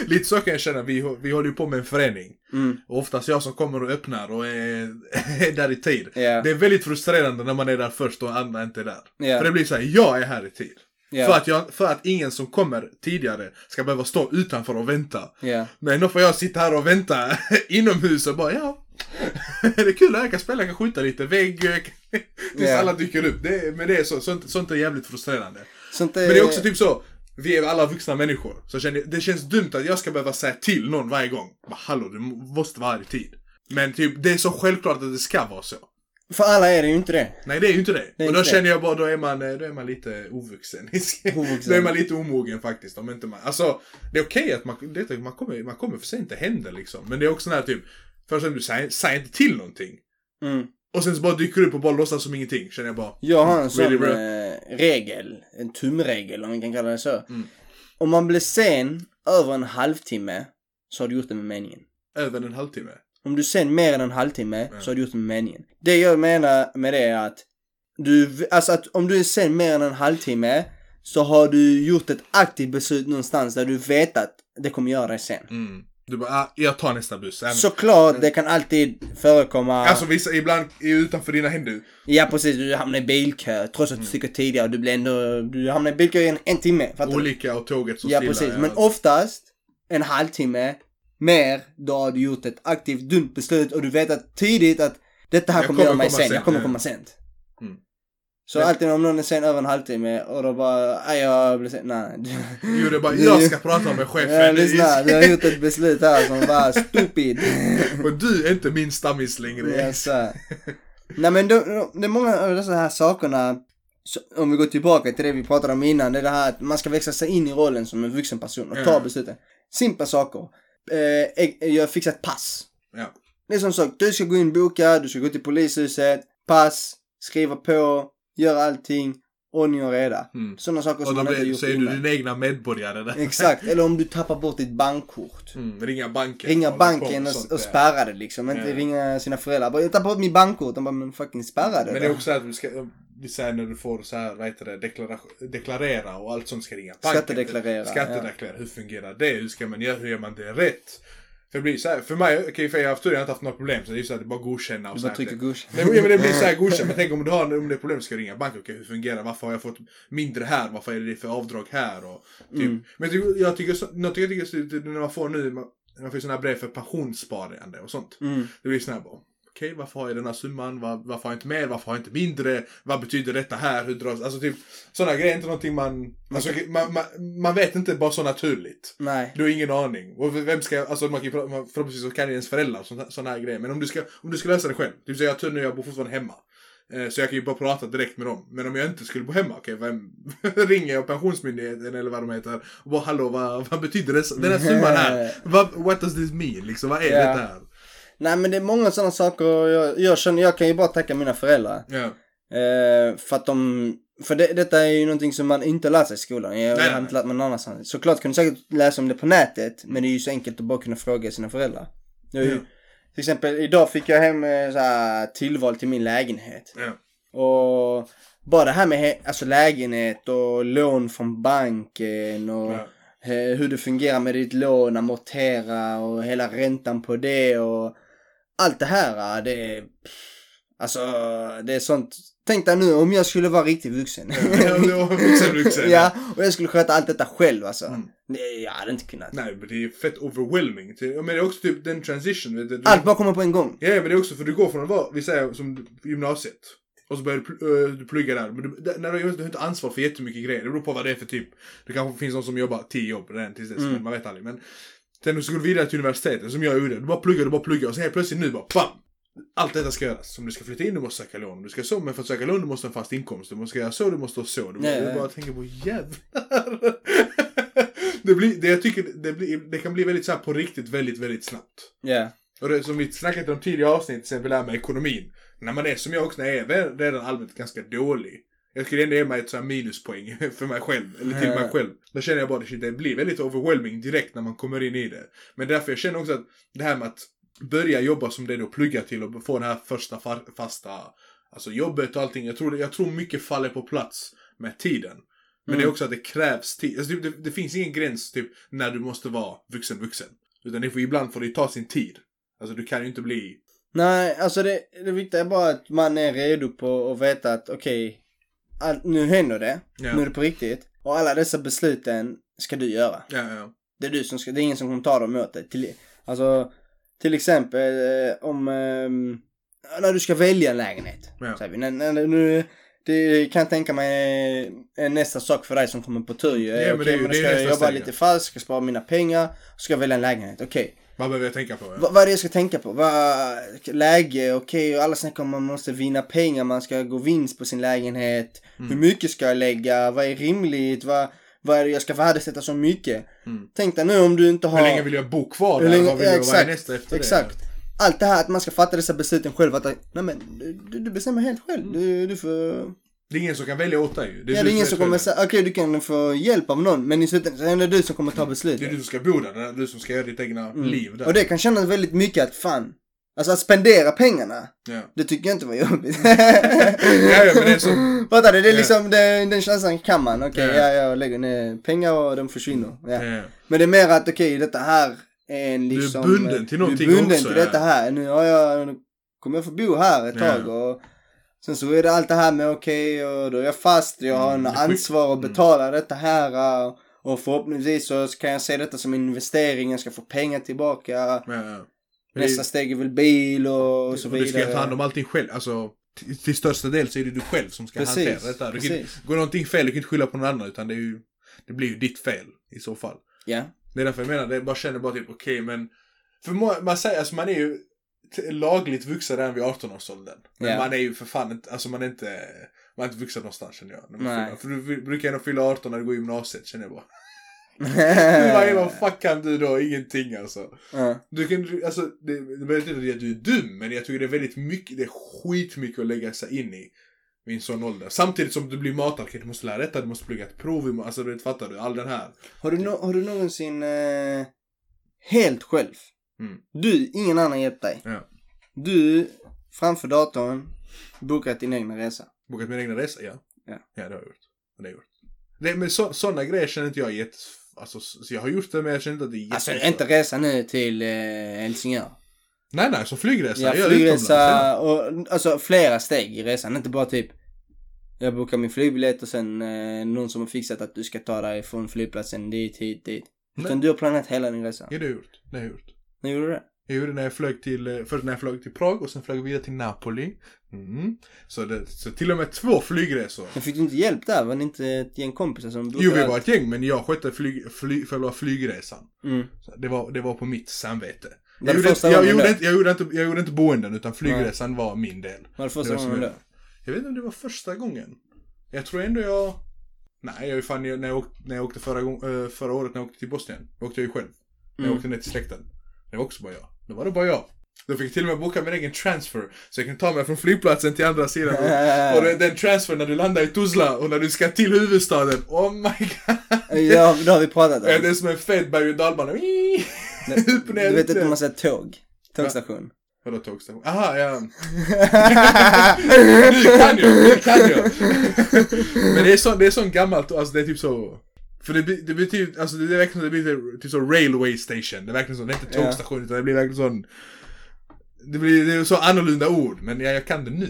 [SPEAKER 3] Lite så kan jag känna, vi, hå- vi håller ju på med en förening.
[SPEAKER 2] Mm.
[SPEAKER 3] Och oftast jag som kommer och öppnar och är, är där i tid.
[SPEAKER 2] Ja.
[SPEAKER 3] Det är väldigt frustrerande när man är där först och andra inte är där.
[SPEAKER 2] Ja.
[SPEAKER 3] För det blir så här, jag är här i tid.
[SPEAKER 2] Ja.
[SPEAKER 3] För, att jag, för att ingen som kommer tidigare ska behöva stå utanför och vänta.
[SPEAKER 2] Ja.
[SPEAKER 3] Men då får jag sitta här och vänta inomhus och bara ja. det är kul att jag kan spela, jag kan skjuta lite vägg. jag kan- Tills
[SPEAKER 2] Ja.
[SPEAKER 3] alla dyker upp. Det, är- men det är så, sånt, sånt är jävligt frustrerande.
[SPEAKER 2] Sånt
[SPEAKER 3] Men det är också typ så. Vi är alla vuxna människor. Så jag känner, det känns dumt att jag ska behöva säga till någon varje gång. Bara, Hallå, du måste vara här i tid. Men typ, det är så självklart att det ska vara så.
[SPEAKER 2] För alla är det ju inte det.
[SPEAKER 3] Nej, det är ju inte det.
[SPEAKER 2] Det är
[SPEAKER 3] och då
[SPEAKER 2] inte det.
[SPEAKER 3] känner jag bara, då är man, eh, då är man lite ovuxen.
[SPEAKER 2] Ovuxen.
[SPEAKER 3] då är man lite omogen faktiskt. Om inte man, alltså, det är okej att man, det, är- typ, man, kommer, man kommer för sent, det händer liksom. Men det är också den här typ, först och främst, du säger, säger inte till någonting.
[SPEAKER 2] Mm.
[SPEAKER 3] Och sen så bara dyker du upp och bara låtsas som ingenting, känner jag bara.
[SPEAKER 2] Jag har en sån
[SPEAKER 3] Mm. Really, bro?
[SPEAKER 2] eh, regel, en tumregel om vi kan kalla det så.
[SPEAKER 3] Mm.
[SPEAKER 2] Om man blir sen över en halvtimme så har du gjort det med meningen.
[SPEAKER 3] Över en halvtimme.
[SPEAKER 2] Om du sen mer än en halvtimme
[SPEAKER 3] Mm.
[SPEAKER 2] så har du gjort det med meningen. Det jag menar med det är att du, alltså att om du är sen mer än en halvtimme så har du gjort ett aktivt beslut någonstans där du vet att det kommer göra det sen.
[SPEAKER 3] Mm. Du bara, ah, jag tar nästa buss. Även.
[SPEAKER 2] Såklart, det kan alltid förekomma.
[SPEAKER 3] Alltså vissa, ibland är utanför dina händer.
[SPEAKER 2] Ja precis, du hamnar i bilkö trots
[SPEAKER 3] Mm.
[SPEAKER 2] att du sticker tidigare. Du blir ändå, du hamnar i bilkö i en, en timme. Fattar du?
[SPEAKER 3] Olika och tåget så
[SPEAKER 2] Ja
[SPEAKER 3] stilla.
[SPEAKER 2] precis, men oftast en halvtimme mer, då har du gjort ett aktivt dumt beslut och du vet att tidigt att detta här
[SPEAKER 3] Jag
[SPEAKER 2] kommer göra
[SPEAKER 3] kommer
[SPEAKER 2] mig
[SPEAKER 3] komma
[SPEAKER 2] sen, jag
[SPEAKER 3] sent,
[SPEAKER 2] kommer
[SPEAKER 3] ja.
[SPEAKER 2] komma sent.
[SPEAKER 3] Mm.
[SPEAKER 2] Så
[SPEAKER 3] Men-
[SPEAKER 2] alltid om någon är sen över en halvtimme och då bara, nej jag blir sen, nej. Du,
[SPEAKER 3] Jo, det är bara, jag ska prata med chefen.
[SPEAKER 2] Ja, lyssna, du har gjort ett beslut här som var stupid.
[SPEAKER 3] Men du är inte min stammis längre.
[SPEAKER 2] Ja, så här. Nej men då- då- det är många av dessa här sakerna, så- om vi går tillbaka till det vi pratade om innan, det är det här att man ska växa sig in i rollen som en vuxen person och ta
[SPEAKER 3] Ja.
[SPEAKER 2] besluten. Simpla saker. Eh, jag- jag fixar ett pass.
[SPEAKER 3] Ja.
[SPEAKER 2] Det är som sagt, du ska gå in och boka, du ska gå till polishuset, pass, skriva på, göra allting, ordning och reda.
[SPEAKER 3] Mm.
[SPEAKER 2] Sådana saker
[SPEAKER 3] Och
[SPEAKER 2] som
[SPEAKER 3] då
[SPEAKER 2] man inte
[SPEAKER 3] blir,
[SPEAKER 2] gjort
[SPEAKER 3] så är du
[SPEAKER 2] innan.
[SPEAKER 3] din egna medborgare där.
[SPEAKER 2] Exakt, eller om du tappar bort ditt bankkort.
[SPEAKER 3] Mm, ringa banken.
[SPEAKER 2] Ringa
[SPEAKER 3] Hålla på
[SPEAKER 2] banken och,
[SPEAKER 3] sånt
[SPEAKER 2] och
[SPEAKER 3] där. Eh.
[SPEAKER 2] spärra det liksom. Inte
[SPEAKER 3] Ja.
[SPEAKER 2] ringa sina föräldrar. Bara, jag tappade bort min bankkort. De bara, men fucking spärra det.
[SPEAKER 3] Men det
[SPEAKER 2] då.
[SPEAKER 3] är också att du ska, du säger när du får så här, vad heter det, deklara- deklarera och allt sånt ska ringa banken.
[SPEAKER 2] Skattedeklarera,
[SPEAKER 3] Skattedeklarera, hur fungerar det? Hur ska man göra, hur gör man det rätt? För det blir så här, för mig, okej för jag har haft tur, jag har inte haft några problem. Så det är så att det är bara godkänna och
[SPEAKER 2] Du
[SPEAKER 3] så
[SPEAKER 2] bara
[SPEAKER 3] här.
[SPEAKER 2] trycker gush.
[SPEAKER 3] Nej, men det blir så här godkänt, men tänk om du har om det är problem ska du ringa banken. Okej, hur fungerar det? Varför har jag fått mindre här? Varför är det för avdrag här? Och, typ. Men typ, jag tycker, så- något jag tycker så- det- när man får nu, man, man får sådana här brev för pensionssparande och sånt.
[SPEAKER 2] Mm.
[SPEAKER 3] Det blir sådana här bara, okej varför har jag den här summan? Var, varför har jag inte mer? Varför har jag inte mindre? Vad betyder detta här? Hur dras, alltså typ, sådana grejer är inte någonting man, alltså, man, man, man vet inte bara så naturligt.
[SPEAKER 2] Nej.
[SPEAKER 3] Du har ingen aning. Och v- vem ska, alltså man kan ju, pra- man, förhoppningsvis så kan ju ens föräldrar och såna- såna här grejer. Men om du ska, om du ska lösa det själv. Typ så jag har tur nu, jag bor fortfarande hemma. Eh, Så jag kan ju bara prata direkt med dem. Men om jag inte skulle bo hemma, okej, vem ringer jag pensionsmyndigheten eller vad de heter? Och bara hallå, vad, vad betyder det, den här summan här? Vad, what does this mean? Liksom, vad är
[SPEAKER 2] Ja.
[SPEAKER 3] det här?
[SPEAKER 2] Nej men det är många sådana saker. och Jag, jag, känner, jag kan ju bara tacka mina föräldrar.
[SPEAKER 3] Ja.
[SPEAKER 2] Eh, för att de... För det, detta är ju någonting som man inte lär sig i skolan. Jag
[SPEAKER 3] nej,
[SPEAKER 2] har inte
[SPEAKER 3] nej.
[SPEAKER 2] lärt mig någon annanstans. Såklart kan du säkert läsa om det på nätet. Men det är ju så enkelt att bara kunna fråga sina föräldrar. Jag är ju,
[SPEAKER 3] Ja.
[SPEAKER 2] Till exempel idag fick jag hem eh, så här, tillval till min lägenhet.
[SPEAKER 3] Ja.
[SPEAKER 2] Och bara det här med he- alltså lägenhet och lån från banken och
[SPEAKER 3] Ja.
[SPEAKER 2] eh, hur det fungerar med ditt lån, amortera och hela räntan på det och allt det här. eh, Det är, alltså, det är sånt. Tänk dig nu om jag skulle vara riktigt vuxen.
[SPEAKER 3] Ja, det var vuxen, vuxen.
[SPEAKER 2] ja, och jag skulle sköta allt detta själv alltså.
[SPEAKER 3] Mm.
[SPEAKER 2] Det, jag hade inte kunnat.
[SPEAKER 3] Nej, men det är ju fett overwhelming. Ty- Men det är också typ den transition. vet du.
[SPEAKER 2] Allt bara kommer på en gång.
[SPEAKER 3] Ja, men det är också för du går från att vara, vi säger som gymnasiet. Och så börjar du, pl- eh, du plugga där. Men du, där- när du, har gymnasiet, du har inte ansvar för jättemycket grejer. Det beror på vad det är för typ. Det kanske finns någon som jobbar tio jobb redan tills dess.
[SPEAKER 2] Mm.
[SPEAKER 3] Men man vet aldrig. Men sen så går du vidare till universitetet som jag gjorde. Du bara pluggar, du bara pluggar. Och så helt plötsligt nu bara BAM! Allt detta ska göras. Som du ska flytta in, du måste söka lån. Du ska så, men för att söka lån du måste ha en fast inkomst. Du måste göra så, du måste ha så. Du,
[SPEAKER 2] Ja, ja,
[SPEAKER 3] du
[SPEAKER 2] ja.
[SPEAKER 3] bara tänker på jävlar. det, blir, det, jag tycker, det, blir, det kan bli väldigt så här på riktigt väldigt, väldigt snabbt.
[SPEAKER 2] Ja.
[SPEAKER 3] Och det, som vi snackat om tidigare avsnitt, till exempel det här med ekonomin. När man är som jag också, när jag är väl- redan allmänt ganska dålig. Jag skulle ändå ge mig ett sånt här minuspoäng för mig själv, eller till mig själv. Då känner jag bara att det blir väldigt overwhelming direkt när man kommer in i det. Men därför jag känner också att det här med att börja jobba som det då pluggar till och få det här första fa- fasta alltså jobbet och allting. Jag tror, det- jag tror mycket faller på plats med tiden. Men
[SPEAKER 2] Mm.
[SPEAKER 3] det är också att det krävs tid. Alltså, typ, det, det finns ingen gräns typ när du måste vara vuxen vuxen. Utan det får, ibland får det ta sin tid. Alltså du kan ju inte bli...
[SPEAKER 2] Nej, alltså det, det viktiga är bara att man är redo på att veta att okej, allt- nu händer det.
[SPEAKER 3] Ja.
[SPEAKER 2] Nu är det på riktigt. Och alla dessa besluten ska du göra.
[SPEAKER 3] Ja, ja.
[SPEAKER 2] Det är du som ska, det är ingen som kommer ta dem åt dig. Till, alltså, till exempel eh, om, ehm, när du ska välja en lägenhet.
[SPEAKER 3] Ja.
[SPEAKER 2] Säger vi, när, när, du- nu, Det kan jag tänka mig är nästa sak för dig som kommer på tur ju.
[SPEAKER 3] Ja, men det är
[SPEAKER 2] men
[SPEAKER 3] ju-
[SPEAKER 2] då
[SPEAKER 3] det är
[SPEAKER 2] ska jag
[SPEAKER 3] nästa
[SPEAKER 2] jobba
[SPEAKER 3] steg,
[SPEAKER 2] lite
[SPEAKER 3] ja.
[SPEAKER 2] falskt, ska spara mina pengar, ska jag välja en lägenhet. Okej.
[SPEAKER 3] Vad behöver jag tänka på? Ja.
[SPEAKER 2] Va- vad är det jag ska tänka på? Va, läge, okej, och alla snackar om att man måste vinna pengar, man ska gå vinst på sin lägenhet.
[SPEAKER 3] Mm.
[SPEAKER 2] Hur mycket ska jag lägga? Vad är rimligt? Vad, vad är det jag ska värdesätta så mycket?
[SPEAKER 3] Mm.
[SPEAKER 2] Tänk dig nu om du inte har...
[SPEAKER 3] Hur länge vill jag bo kvar
[SPEAKER 2] Hur
[SPEAKER 3] där?
[SPEAKER 2] länge-
[SPEAKER 3] Vad vill
[SPEAKER 2] ja,
[SPEAKER 3] jag vara
[SPEAKER 2] exakt,
[SPEAKER 3] nästa efter
[SPEAKER 2] Exakt.
[SPEAKER 3] det?
[SPEAKER 2] Allt det här att man ska fatta dessa besluten själv. Att, nej men, du, du bestämmer helt själv. Du, du får...
[SPEAKER 3] Det är ingen som kan välja åt dig ju.
[SPEAKER 2] Ja,
[SPEAKER 3] Mm. du
[SPEAKER 2] det är ingen
[SPEAKER 3] vet
[SPEAKER 2] som kommer
[SPEAKER 3] själv.
[SPEAKER 2] säga, okej du kan få hjälp av någon. Men i slutändan så är det du som kommer ta beslut.
[SPEAKER 3] Mm.
[SPEAKER 2] Mm.
[SPEAKER 3] Det är du som ska bo där, det är du som ska göra ditt egna liv där.
[SPEAKER 2] Och det kan kännas väldigt mycket att fan. Alltså att spendera pengarna.
[SPEAKER 3] Ja.
[SPEAKER 2] Det tycker jag inte var jobbigt.
[SPEAKER 3] Ja, ja, men det är så.
[SPEAKER 2] Fattar du? Det är
[SPEAKER 3] Ja.
[SPEAKER 2] liksom den, den känslan kan man. Okej,
[SPEAKER 3] Ja.
[SPEAKER 2] ja, jag lägger ner pengar och de försvinner. Ja.
[SPEAKER 3] Ja.
[SPEAKER 2] Men det är mer att okej, detta här är en liksom...
[SPEAKER 3] bunden till någonting
[SPEAKER 2] Du är bunden
[SPEAKER 3] också,
[SPEAKER 2] till
[SPEAKER 3] ja.
[SPEAKER 2] detta här. Nu, har jag, nu kommer jag få bo här ett
[SPEAKER 3] Ja.
[SPEAKER 2] tag. Och sen så är det allt det här med okej, och då är jag fast. Jag har en
[SPEAKER 3] Mm, det är skit.
[SPEAKER 2] ansvar att betala detta här. och- Och förhoppningsvis så kan jag se detta som en investering. Jag ska få pengar tillbaka.
[SPEAKER 3] Ja, ja. Men det-
[SPEAKER 2] Nästa steg är väl bil och, och så
[SPEAKER 3] Och
[SPEAKER 2] vidare.
[SPEAKER 3] Du ska ta hand om allting själv. Alltså, till, till största del så är det du själv som ska
[SPEAKER 2] Precis,
[SPEAKER 3] hantera detta. Du kan,
[SPEAKER 2] precis.
[SPEAKER 3] går någonting fel, du kan inte skylla på någon annan. Utan det, är ju, det blir ju ditt fel i så fall.
[SPEAKER 2] Ja.
[SPEAKER 3] Det är därför jag menar, det jag bara känner bara typ okej men. För man, man säger, alltså man är ju t- lagligt vuxen redan vid 18-årsåldern. Men
[SPEAKER 2] Ja.
[SPEAKER 3] man är ju för fan inte, alltså man är inte, man är inte vuxen någonstans känner jag. När man
[SPEAKER 2] Nej.
[SPEAKER 3] fyller- För du vi- brukar ändå fylla 18 när du går i gymnasiet känner jag bara. Vad vad fuck kan du då? Ingenting alltså.
[SPEAKER 2] Ja.
[SPEAKER 3] Du kan, du- alltså, det, det behöver inte att du är dum, men jag tycker det är väldigt mycket, det är skitmycket att lägga sig in i vid en sån ålder. Samtidigt som du blir matad, okej, du måste lära detta, du måste plugga ett prov, imorgon. alltså du vet, fattar du? All den här.
[SPEAKER 2] Har du, nå har du någonsin eh, helt själv?
[SPEAKER 3] Mm.
[SPEAKER 2] Du, ingen annan hjälpt dig.
[SPEAKER 3] Ja.
[SPEAKER 2] Du, framför datorn, bokat din egna resa.
[SPEAKER 3] Bokat min egna resa, ja.
[SPEAKER 2] Ja.
[SPEAKER 3] det har jag gjort. Det har jag gjort. Det, men så, sådana grejer känner inte jag jätte... Alltså, så jag har gjort det, men jag känner inte att det är
[SPEAKER 2] Alltså
[SPEAKER 3] jätte-
[SPEAKER 2] inte resa nu till eh, Helsingör.
[SPEAKER 3] Nej, nej, så flygresa.
[SPEAKER 2] Ja,
[SPEAKER 3] jag gör utomlands,
[SPEAKER 2] flygresa
[SPEAKER 3] ja.
[SPEAKER 2] och alltså flera steg i resan. Inte bara typ jag bokar min flygbiljett och sen eh, någon som har fixat att du ska ta dig från flygplatsen dit, hit, dit. Utan
[SPEAKER 3] Nej.
[SPEAKER 2] du har planerat hela din resa.
[SPEAKER 3] Ja, det har jag gjort. Det har jag gjort.
[SPEAKER 2] När gjorde du det?
[SPEAKER 3] Jag gjorde det när jag flög till, eh, först när jag flög till Prag och sen flög jag vidare till Napoli. Mm. Så, det, så till och med två flygresor.
[SPEAKER 2] Men fick du inte hjälp där? Var det inte ett gäng kompisar som
[SPEAKER 3] Jo, vi
[SPEAKER 2] bokade
[SPEAKER 3] var
[SPEAKER 2] allt?
[SPEAKER 3] ett gäng, men jag skötte flyg, fly, själva flygresan.
[SPEAKER 2] Mm.
[SPEAKER 3] Så Det var, det var på mitt samvete.
[SPEAKER 2] Var
[SPEAKER 3] Jag
[SPEAKER 2] det
[SPEAKER 3] gjorde, inte,
[SPEAKER 2] första
[SPEAKER 3] jag,
[SPEAKER 2] gången då?
[SPEAKER 3] gjorde inte, jag, gjorde inte, jag gjorde inte boenden, utan flygresan var min del.
[SPEAKER 2] Var det
[SPEAKER 3] Det
[SPEAKER 2] första
[SPEAKER 3] var som
[SPEAKER 2] gången
[SPEAKER 3] jag-
[SPEAKER 2] då?
[SPEAKER 3] Jag vet inte om det var första gången. Jag tror ändå jag... Nej, jag, fan, jag, när, jag åkte, när jag åkte förra, gång, eh, förra året när jag åkte till Bosnien. Då åkte jag ju själv. När jag
[SPEAKER 2] Mm.
[SPEAKER 3] åkte ner till släkten. Det var också bara jag. Då var det bara jag. Då fick jag till och med boka min egen transfer. Så jag kunde ta mig från flygplatsen till andra sidan.
[SPEAKER 2] Äh,
[SPEAKER 3] Och det- den transfer när du landar i Tuzla och när du ska till huvudstaden. Oh my god.
[SPEAKER 2] äh, Ja, det har vi pratat
[SPEAKER 3] Ja, Det
[SPEAKER 2] om.
[SPEAKER 3] är som en fet berg och dalbana. Upp och ner.
[SPEAKER 2] Du vet
[SPEAKER 3] upp och
[SPEAKER 2] inte
[SPEAKER 3] ner.
[SPEAKER 2] hur man säger tåg? Tågstation.
[SPEAKER 3] Vadå tågstation? Aha, ja. Nu kan jag, nu kan jag. Men det är så, det är sån gammalt, alltså det är typ så. För det, blir- det blir typ, alltså det är verkligen så, det blir typ så railway station. Det är verkligen så, det är inte
[SPEAKER 2] Ja.
[SPEAKER 3] tågstation utan det blir verkligen sån. Det blir, det är så annorlunda ord, men jag, jag kan det nu.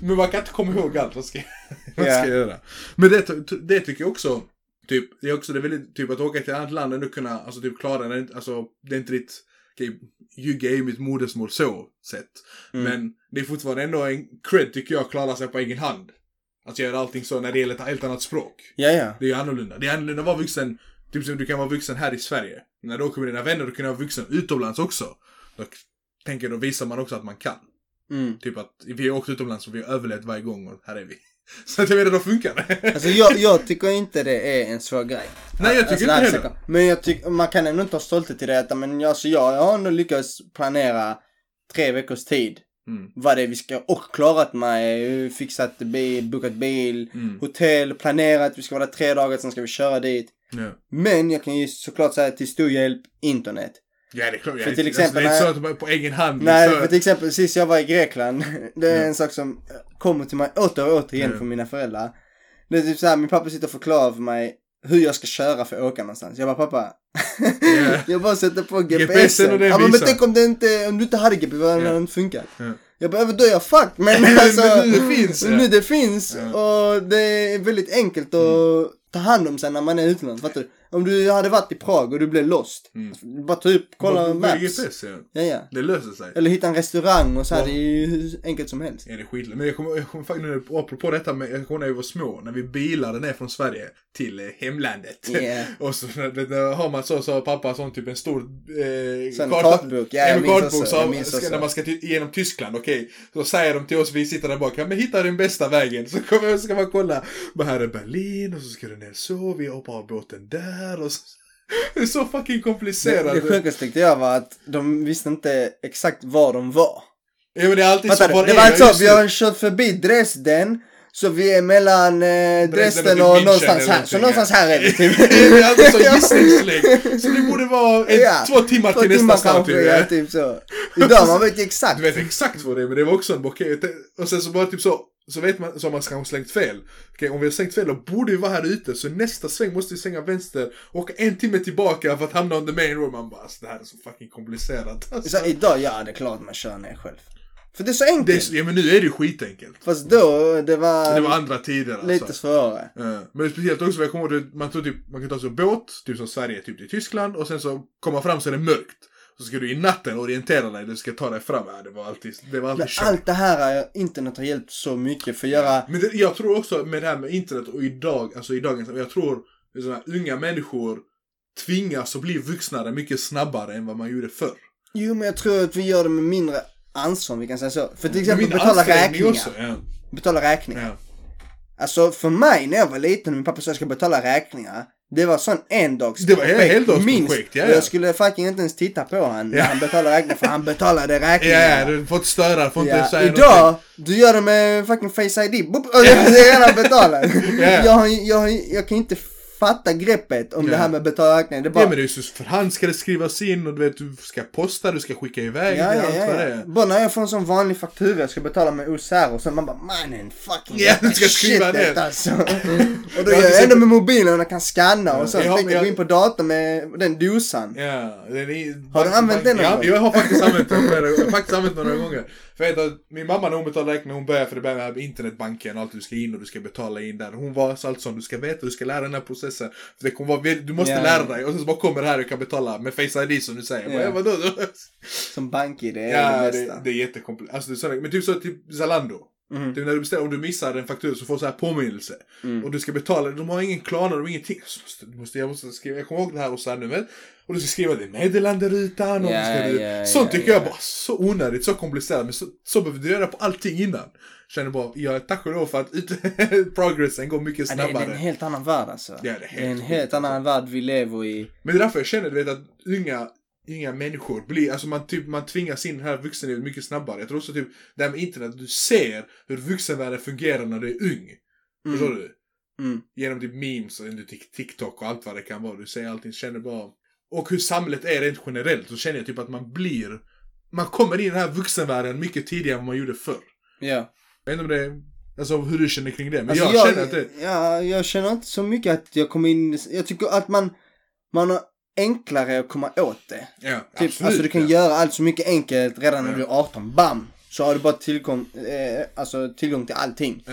[SPEAKER 3] men man kan inte komma ihåg allt, vad ska, vad ska
[SPEAKER 2] Ja.
[SPEAKER 3] jag göra? Men det, det tycker jag också, typ, det är också det är väldigt, typ att åka till ett annat land och nu kunna, alltså typ klara det, alltså det är inte ditt, okej, jugga är ju mitt modersmål så sett.
[SPEAKER 2] Mm.
[SPEAKER 3] Men det är fortfarande ändå en cred tycker jag, att klara sig på egen hand. Att göra allting så när det gäller ett helt annat språk.
[SPEAKER 2] Ja, ja.
[SPEAKER 3] Det är ju annorlunda. Det är annorlunda att vara vuxen, typ som du kan vara vuxen här i Sverige. När du åker med dina vänner, du kan vara vuxen utomlands också. Då tänker jag, då visar man också att man kan.
[SPEAKER 2] Mm.
[SPEAKER 3] Typ att vi har åkt utomlands och vi har överlevt varje gång och här är vi. Så att jag menar, då funkar det.
[SPEAKER 2] Alltså jag, jag tycker inte det är en svår grej.
[SPEAKER 3] Nej, jag tycker inte
[SPEAKER 2] nej,
[SPEAKER 3] heller.
[SPEAKER 2] säkert. Men jag tycker, man kan ändå inte ha stolthet i detta. Men jag, alltså jag, jag har ändå lyckats planera tre veckors tid.
[SPEAKER 3] Mm.
[SPEAKER 2] Vad det är vi ska, och klarat mig. Fixat bil, bokat bil,
[SPEAKER 3] Mm.
[SPEAKER 2] hotell, planerat. Vi ska vara där tre dagar, sen ska vi köra dit.
[SPEAKER 3] Ja.
[SPEAKER 2] Men jag kan ju såklart säga till stor hjälp, internet.
[SPEAKER 3] Ja, det är klart.
[SPEAKER 2] För
[SPEAKER 3] Jag-
[SPEAKER 2] till exempel
[SPEAKER 3] alltså, det är inte
[SPEAKER 2] när-
[SPEAKER 3] så att man är på egen hand.
[SPEAKER 2] Nej,
[SPEAKER 3] så-
[SPEAKER 2] för till exempel sist jag var i Grekland, det är
[SPEAKER 3] Ja.
[SPEAKER 2] en sak som kommer till mig åter och återigen
[SPEAKER 3] Ja.
[SPEAKER 2] från mina föräldrar. Det är typ såhär, min pappa sitter och förklarar för mig hur jag ska köra för att åka någonstans. Jag bara, pappa.
[SPEAKER 3] Ja.
[SPEAKER 2] jag bara sätter på GPSen.
[SPEAKER 3] GPSen och den
[SPEAKER 2] ja, men, men
[SPEAKER 3] visar.
[SPEAKER 2] tänk om, det inte, om du inte hade GPS, vad hade
[SPEAKER 3] Ja.
[SPEAKER 2] den funkat?
[SPEAKER 3] Ja.
[SPEAKER 2] Jag behöver dö, jag fuck. Men
[SPEAKER 3] Men
[SPEAKER 2] alltså,
[SPEAKER 3] nu det finns, ja.
[SPEAKER 2] Nu det finns
[SPEAKER 3] Ja. Mm.
[SPEAKER 2] och det är väldigt enkelt att ta hand om sig när man är utomlands. Fattar du? Om du hade varit i Prag och du blev lost.
[SPEAKER 3] Mm.
[SPEAKER 2] Bara ta upp, kolla
[SPEAKER 3] Vad- vad är
[SPEAKER 2] maps.
[SPEAKER 3] GPS, ja.
[SPEAKER 2] Ja, ja.
[SPEAKER 3] Det löser sig.
[SPEAKER 2] Eller hitta en restaurang och så här,
[SPEAKER 3] Ja.
[SPEAKER 2] det är ju hur enkelt som helst.
[SPEAKER 3] Ja, det är skitlätt. Men jag kommer, jag kommer faktiskt, nu, apropå detta med, jag kommer ihåg när vi var små, när vi bilade ner från Sverige till eh, hemlandet.
[SPEAKER 2] Yeah.
[SPEAKER 3] Och så när, när- när har man så, så har pappa sån typ en stor eh,
[SPEAKER 2] Sån kartbok, ja, jag
[SPEAKER 3] en
[SPEAKER 2] minns
[SPEAKER 3] kartbok
[SPEAKER 2] också,
[SPEAKER 3] som-
[SPEAKER 2] jag minns
[SPEAKER 3] ska-
[SPEAKER 2] också.
[SPEAKER 3] När man ska ty- genom Tyskland, okej. Så säger de till oss, vi sitter där bak, ja men hitta den bästa vägen. Så kommer, ska man kolla, men här är Berlin och så ska du ner så, vi hoppar av båten där och så. Det är så fucking komplicerat.
[SPEAKER 2] Det sjukaste tyckte jag var att de visste inte exakt var de var.
[SPEAKER 3] Ja men det är alltid
[SPEAKER 2] Fattar
[SPEAKER 3] så,
[SPEAKER 2] du?
[SPEAKER 3] var
[SPEAKER 2] Det
[SPEAKER 3] är
[SPEAKER 2] var
[SPEAKER 3] jag
[SPEAKER 2] alltså,
[SPEAKER 3] just
[SPEAKER 2] vi
[SPEAKER 3] nu?
[SPEAKER 2] har kört förbi Dresden, så vi är mellan eh, Dresden och
[SPEAKER 3] München
[SPEAKER 2] någonstans
[SPEAKER 3] eller
[SPEAKER 2] här. Så
[SPEAKER 3] någonting,
[SPEAKER 2] någonstans
[SPEAKER 3] ja.
[SPEAKER 2] här är vi typ.
[SPEAKER 3] det är alltid så gissningslek. Så det borde vara ett,
[SPEAKER 2] Ja,
[SPEAKER 3] två timmar
[SPEAKER 2] två
[SPEAKER 3] till
[SPEAKER 2] timmar
[SPEAKER 3] nästa start.
[SPEAKER 2] kanske, ja,
[SPEAKER 3] Typ.
[SPEAKER 2] typ så. Idag, man vet ju exakt.
[SPEAKER 3] Du vet exakt vad det är, men det var också en bokeh. Och sen så bara typ så, så vet man, så har man kanske slängt fel. Okej, om vi har slängt fel, då borde vi vara här ute. Så nästa sväng måste vi svänga vänster och en timme tillbaka för att hamna on the main road. Man bara, alltså, det här är så fucking komplicerat. Alltså.
[SPEAKER 2] Så idag, ja det är klart man kör ner själv. För det är så
[SPEAKER 3] Det är,
[SPEAKER 2] enkelt.
[SPEAKER 3] så- ja, men nu är det ju skitenkelt.
[SPEAKER 2] Fast då, det var,
[SPEAKER 3] Det var andra tider alltså.
[SPEAKER 2] lite svårare.
[SPEAKER 3] Eh, Men speciellt också, jag kommer ihåg, att man, tog typ, man kan ta sig en båt, typ som Sverige, typ till Tyskland, och sen så kommer man fram så är det mörkt. Så ska du i natten orientera dig, du ska ta dig fram. Ja, det var alltid, det var alltid
[SPEAKER 2] Men
[SPEAKER 3] kört.
[SPEAKER 2] allt det här, eh, internet har hjälpt så mycket för att göra...
[SPEAKER 3] Men det, jag tror också med det här med internet och idag, alltså i dagens, jag tror såna här, unga människor tvingas att bli vuxnare mycket snabbare än vad man gjorde förr.
[SPEAKER 2] Jo men jag tror att vi gör det med mindre ansvar om vi kan säga så. För till
[SPEAKER 3] Min
[SPEAKER 2] exempel betala
[SPEAKER 3] ansträngning
[SPEAKER 2] räkningar.
[SPEAKER 3] Också, ja,
[SPEAKER 2] Betala räkningar.
[SPEAKER 3] ja.
[SPEAKER 2] Alltså för mig när jag var liten och min pappa sa jag ska betala räkningar. Det var sån endagsprojekt.
[SPEAKER 3] Det var he- heldagsprojekt,
[SPEAKER 2] minst.
[SPEAKER 3] ja, ja.
[SPEAKER 2] Och Jag skulle fucking inte ens titta på honom när
[SPEAKER 3] Ja.
[SPEAKER 2] han betalade räkningar för han betalade
[SPEAKER 3] Ja,
[SPEAKER 2] räkningar.
[SPEAKER 3] ja, du får inte störa, får inte
[SPEAKER 2] Ja,
[SPEAKER 3] säga
[SPEAKER 2] idag, du gör det med fucking face ID. Boop, och jag är redan betalad.
[SPEAKER 3] Ja.
[SPEAKER 2] jag, har- jag, har- jag kan inte fatta greppet om
[SPEAKER 3] Ja.
[SPEAKER 2] det här med betala räkningar. Det är bara,
[SPEAKER 3] Ja men det är ju så, för hand ska det skrivas in och du vet, du ska posta, du ska skicka iväg,
[SPEAKER 2] Ja,
[SPEAKER 3] det är
[SPEAKER 2] ja,
[SPEAKER 3] allt
[SPEAKER 2] ja,
[SPEAKER 3] vad det
[SPEAKER 2] ja.
[SPEAKER 3] är.
[SPEAKER 2] Bara när jag får en sån vanlig faktura jag ska betala med OCR och sen man bara mannen fucking
[SPEAKER 3] Ja, du ska
[SPEAKER 2] shit,
[SPEAKER 3] skriva
[SPEAKER 2] detta,
[SPEAKER 3] ner.
[SPEAKER 2] Alltså. och då
[SPEAKER 3] Jag har
[SPEAKER 2] gör
[SPEAKER 3] inte
[SPEAKER 2] jag ändå
[SPEAKER 3] sett-
[SPEAKER 2] med mobilen och kan skanna och så.
[SPEAKER 3] Ja,
[SPEAKER 2] Ja,
[SPEAKER 3] men jag-
[SPEAKER 2] gå in på datorn med den dosan.
[SPEAKER 3] Ja, den är...
[SPEAKER 2] Har du använt den någon
[SPEAKER 3] ja,
[SPEAKER 2] gång?
[SPEAKER 3] Jag har faktiskt använt den flera gånger. Jag har faktiskt använt den några gånger. För jag vet att min mamma när hon betalade räkningen, hon började för det börjar med internetbanken och allt du ska in och du ska betala in där. Hon var så allt som du ska veta, du ska lära den här processen. För det kommer vara, väl- du måste
[SPEAKER 2] Ja.
[SPEAKER 3] lära dig och sen så bara kommer det här och kan betala med Face ID som du säger.
[SPEAKER 2] Ja.
[SPEAKER 3] Yeah. Vadå? då?
[SPEAKER 2] Som bank-id är
[SPEAKER 3] Ja,
[SPEAKER 2] det
[SPEAKER 3] det,
[SPEAKER 2] bästa.
[SPEAKER 3] det är jättekomplicerat. Alltså, det är sådana- men typ så typ Zalando.
[SPEAKER 2] Mm.
[SPEAKER 3] Typ när du beställer, om du missar en faktura så får du så här påminnelse.
[SPEAKER 2] Mm.
[SPEAKER 3] Och du ska betala, de har ingen klan och de har ingenting. Så måste, du måste, jag måste skriva, jag kommer ihåg det här hos numret Och du ska skriva det i meddelanderutan. och
[SPEAKER 2] Ja,
[SPEAKER 3] du ska,
[SPEAKER 2] ja,
[SPEAKER 3] sånt
[SPEAKER 2] ja,
[SPEAKER 3] tycker jag
[SPEAKER 2] ja.
[SPEAKER 3] bara så onödigt, så komplicerat. Men så, så behöver du göra på allting innan. Känner bara, ja tack och lov för att ut- progressen går mycket
[SPEAKER 2] Ja, det, det är
[SPEAKER 3] snabbare.
[SPEAKER 2] en helt annan värld alltså.
[SPEAKER 3] det är helt alltså.
[SPEAKER 2] en
[SPEAKER 3] sjukt,
[SPEAKER 2] helt annan värld vi lever i.
[SPEAKER 3] Men det är därför jag känner, du vet att unga Inga människor blir, alltså man, typ, man tvingas in i den här vuxenlivet mycket snabbare. Jag tror också typ, det här med internet, du ser hur vuxenvärlden fungerar när du är ung.
[SPEAKER 2] Mm.
[SPEAKER 3] Förstår du?
[SPEAKER 2] Mm.
[SPEAKER 3] Genom typ memes och typ TikTok och allt vad det kan vara. Du säger allting, känner bara... Och hur samhället är rent generellt så känner jag typ att man blir... Man kommer in i den här vuxenvärlden mycket tidigare än vad man gjorde förr.
[SPEAKER 2] Ja.
[SPEAKER 3] Jag vet inte om det är... Alltså hur du känner kring det, men
[SPEAKER 2] Alltså,
[SPEAKER 3] jag, känner att det...
[SPEAKER 2] Ja, jag känner inte så mycket att jag kommer in... Jag tycker att man, man har enklare att komma åt det.
[SPEAKER 3] Ja,
[SPEAKER 2] Typ,
[SPEAKER 3] absolut.
[SPEAKER 2] alltså du kan
[SPEAKER 3] ja.
[SPEAKER 2] göra allt så mycket enkelt redan när
[SPEAKER 3] Ja.
[SPEAKER 2] du är 18. Bam! Så har du bara tillgång, eh, alltså, tillgång till allting.
[SPEAKER 3] Ja.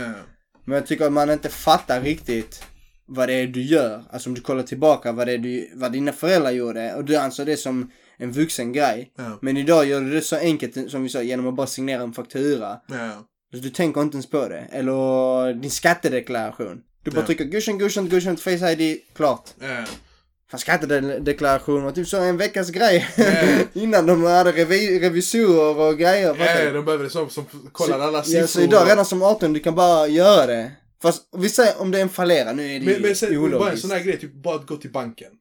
[SPEAKER 2] Men jag tycker att man inte fattar riktigt vad det är du gör. Alltså om du kollar tillbaka vad, det är du, vad dina föräldrar gjorde och du anser det som en vuxen grej.
[SPEAKER 3] Ja.
[SPEAKER 2] Men idag gör du det så enkelt som vi sa genom att bara signera en faktura. Alltså,
[SPEAKER 3] Ja.
[SPEAKER 2] Du tänker inte ens på det. Eller din skattedeklaration. Du bara
[SPEAKER 3] Ja.
[SPEAKER 2] trycker godkänt, godkänt, godkänt, face ID, klart.
[SPEAKER 3] Ja.
[SPEAKER 2] Fan, skattedeklaration var typ så en veckas grej.
[SPEAKER 3] Ja.
[SPEAKER 2] Innan de hade revi- revisorer och grejer. fattar
[SPEAKER 3] Ja,
[SPEAKER 2] du?
[SPEAKER 3] Eh, de behöver det som, som kollar alla
[SPEAKER 2] Så-
[SPEAKER 3] siffror.
[SPEAKER 2] ja, så idag redan som 18, du kan bara göra det. Fast vi säger om det är en fallera, nu är det
[SPEAKER 3] Men, men
[SPEAKER 2] ju
[SPEAKER 3] sen, bara en
[SPEAKER 2] ologiskt.
[SPEAKER 3] sån här grej, typ bara att gå till banken.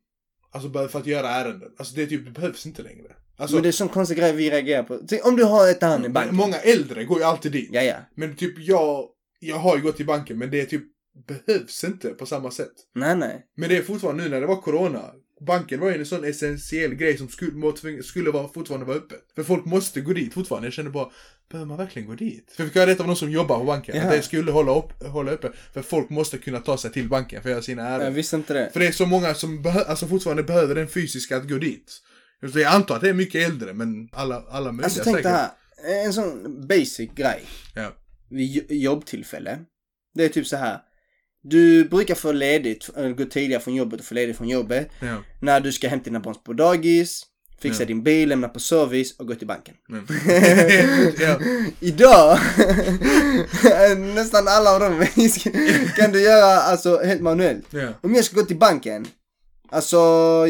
[SPEAKER 3] Alltså bara för att göra ärenden. Alltså det, är typ, det behövs inte längre. Alltså,
[SPEAKER 2] Men det är sån konstig grej vi reagerar på. Tänk, Om du har ett hand i banken.
[SPEAKER 3] Många äldre går ju alltid dit.
[SPEAKER 2] Ja, ja.
[SPEAKER 3] Men typ jag, jag har ju gått till banken men det är typ behövs inte på samma sätt.
[SPEAKER 2] Nej, nej.
[SPEAKER 3] Men det är fortfarande nu när det var corona. Banken var ju en sån essentiell grej som skulle, må- tving- skulle vara, fortfarande vara öppet. För folk måste gå dit fortfarande. Jag känner bara, behöver man verkligen gå dit? För vi fick höra detta av någon som jobbar på banken.
[SPEAKER 2] Jaha.
[SPEAKER 3] Att det skulle hålla, upp, hålla uppe. För folk måste kunna ta sig till banken för att göra sina
[SPEAKER 2] Jag
[SPEAKER 3] ärenden.
[SPEAKER 2] visste inte det.
[SPEAKER 3] För det är så många som behö- alltså fortfarande behöver den fysiska att gå dit. Så jag antar att det är mycket äldre men alla, alla möjliga
[SPEAKER 2] Alltså tänk det här. En sån basic grej.
[SPEAKER 3] Ja.
[SPEAKER 2] Vid jo- jobbtillfälle. Det är typ så här. Du brukar få ledigt, eller gå tidigare från jobbet och få ledigt från jobbet.
[SPEAKER 3] Ja.
[SPEAKER 2] När du ska hämta dina barn på dagis, fixa
[SPEAKER 3] Ja.
[SPEAKER 2] din bil, lämna på service och gå till banken.
[SPEAKER 3] Men. ja.
[SPEAKER 2] Idag, nästan alla av dem kan du göra alltså helt manuellt.
[SPEAKER 3] Ja.
[SPEAKER 2] Om jag ska gå till banken, alltså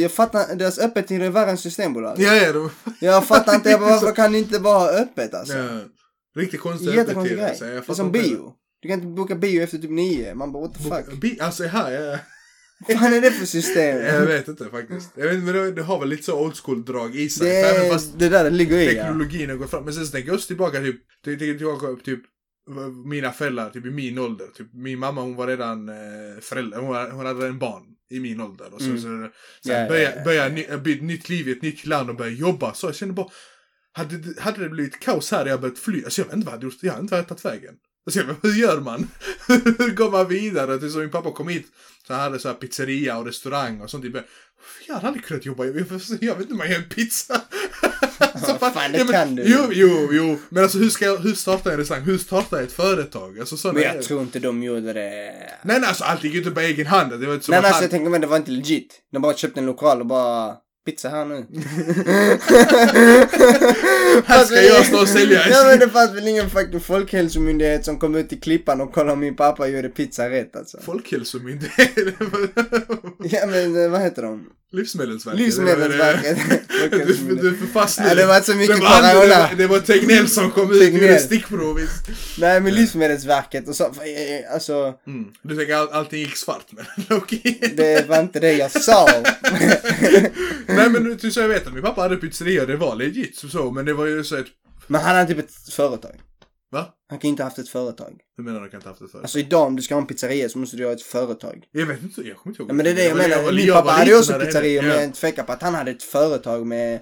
[SPEAKER 2] jag fattar, deras öppettider är värre än Systembolaget.
[SPEAKER 3] Ja, ja, det var...
[SPEAKER 2] Jag fattar inte, jag bara, varför kan ni inte bara ha öppet alltså?
[SPEAKER 3] ja. Riktigt konstigt
[SPEAKER 2] Jättekonstig
[SPEAKER 3] öppettider,
[SPEAKER 2] grej.
[SPEAKER 3] alltså. Jag
[SPEAKER 2] Det är
[SPEAKER 3] fattar
[SPEAKER 2] som
[SPEAKER 3] inte
[SPEAKER 2] bio. Du kan inte boka bio efter typ nio. Man bara what the fuck.
[SPEAKER 3] Bi- alltså här, ja.
[SPEAKER 2] Vad fan är det för system?
[SPEAKER 3] Jag vet inte faktiskt. Jag vet inte, men det, det har väl lite så old school-drag i sig.
[SPEAKER 2] Det,
[SPEAKER 3] Även fast
[SPEAKER 2] är, det där det ligger i ja.
[SPEAKER 3] teknologin har gått fram. Men sen så tänker jag också tillbaka typ, tänker tänker tillbaka på typ v- mina föräldrar, typ i min ålder. Typ, min mamma hon var redan eh, förälder, hon, var, hon hade en barn i min ålder. Och så,
[SPEAKER 2] Mm.
[SPEAKER 3] så, sen
[SPEAKER 2] Ja, ja,
[SPEAKER 3] börja,
[SPEAKER 2] ja,
[SPEAKER 3] börja ny, eh, bli ett nytt liv i ett nytt land och börja jobba. Så jag kände bara, hade, det- hade det blivit kaos här hade jag börjat fly, alltså jag vet inte vad jag hade gjort, jag hade inte tagit vägen. Alltså, jag bara, hur gör man? hur går man vidare? Tills min pappa kom hit, så han hade så här pizzeria och restaurang och sånt. Jag bara, Jag hade aldrig kunnat jobba, jag vet jag vet inte hur man gör en pizza. alltså,
[SPEAKER 2] Vad fan, det
[SPEAKER 3] ja, men,
[SPEAKER 2] kan du.
[SPEAKER 3] Jo, jo, jo. Men alltså hur ska jag, hur startar jag en restaurang? Hur startar jag ett företag? Alltså sådana
[SPEAKER 2] Men jag tror inte de gjorde det.
[SPEAKER 3] Nej, nej, alltså allt gick ju inte på egen hand. Det var inte som
[SPEAKER 2] Nej
[SPEAKER 3] att
[SPEAKER 2] men alltså
[SPEAKER 3] han...
[SPEAKER 2] jag tänker men det var inte legit. De bara köpte en lokal och bara pizza här nu.
[SPEAKER 3] Här ska jag stå och sälja.
[SPEAKER 2] Ja men det fanns väl ingen fucking folkhälsomyndighet som kom ut till Klippan och kollade om min pappa gjorde pizza rätt alltså.
[SPEAKER 3] Folkhälsomyndigheten.
[SPEAKER 2] Ja men eh, vad heter de?
[SPEAKER 3] Livsmedelsverket.
[SPEAKER 2] Livsmedelsverket.
[SPEAKER 3] Du, du är för fast nu.
[SPEAKER 2] Ja, det var inte så mycket
[SPEAKER 3] det var, andra- det
[SPEAKER 2] Corona.
[SPEAKER 3] var, det var Tegnell som kom ut och gjorde
[SPEAKER 2] Tegnell.
[SPEAKER 3] stickprov.
[SPEAKER 2] Nej
[SPEAKER 3] Eh.
[SPEAKER 2] men Livsmedelsverket och så, eh, eh, alltså
[SPEAKER 3] Mm. Du tänker all, allting gick svart med den, okej?
[SPEAKER 2] det var inte det jag sa.
[SPEAKER 3] Nej men du- du så jag vet att min pappa hade pizzeria, det var legit så, så men det var ju så ett...
[SPEAKER 2] Men han hade typ ett företag.
[SPEAKER 3] Va?
[SPEAKER 2] Han kan ju inte ha haft ett företag.
[SPEAKER 3] Hur menar du att jag inte haft det förut?
[SPEAKER 2] Alltså idag om du ska ha en pizzeria så måste du ha ett företag.
[SPEAKER 3] Jag vet inte, jag kommer inte ihåg.
[SPEAKER 2] Ja, men det är det jag
[SPEAKER 3] var-
[SPEAKER 2] menar.
[SPEAKER 3] var-
[SPEAKER 2] Min
[SPEAKER 3] jag
[SPEAKER 2] pappa
[SPEAKER 3] var
[SPEAKER 2] hade ju
[SPEAKER 3] liten
[SPEAKER 2] också
[SPEAKER 3] när det
[SPEAKER 2] pizzerior men
[SPEAKER 3] hände.
[SPEAKER 2] jag är inte feka på att han hade ett företag med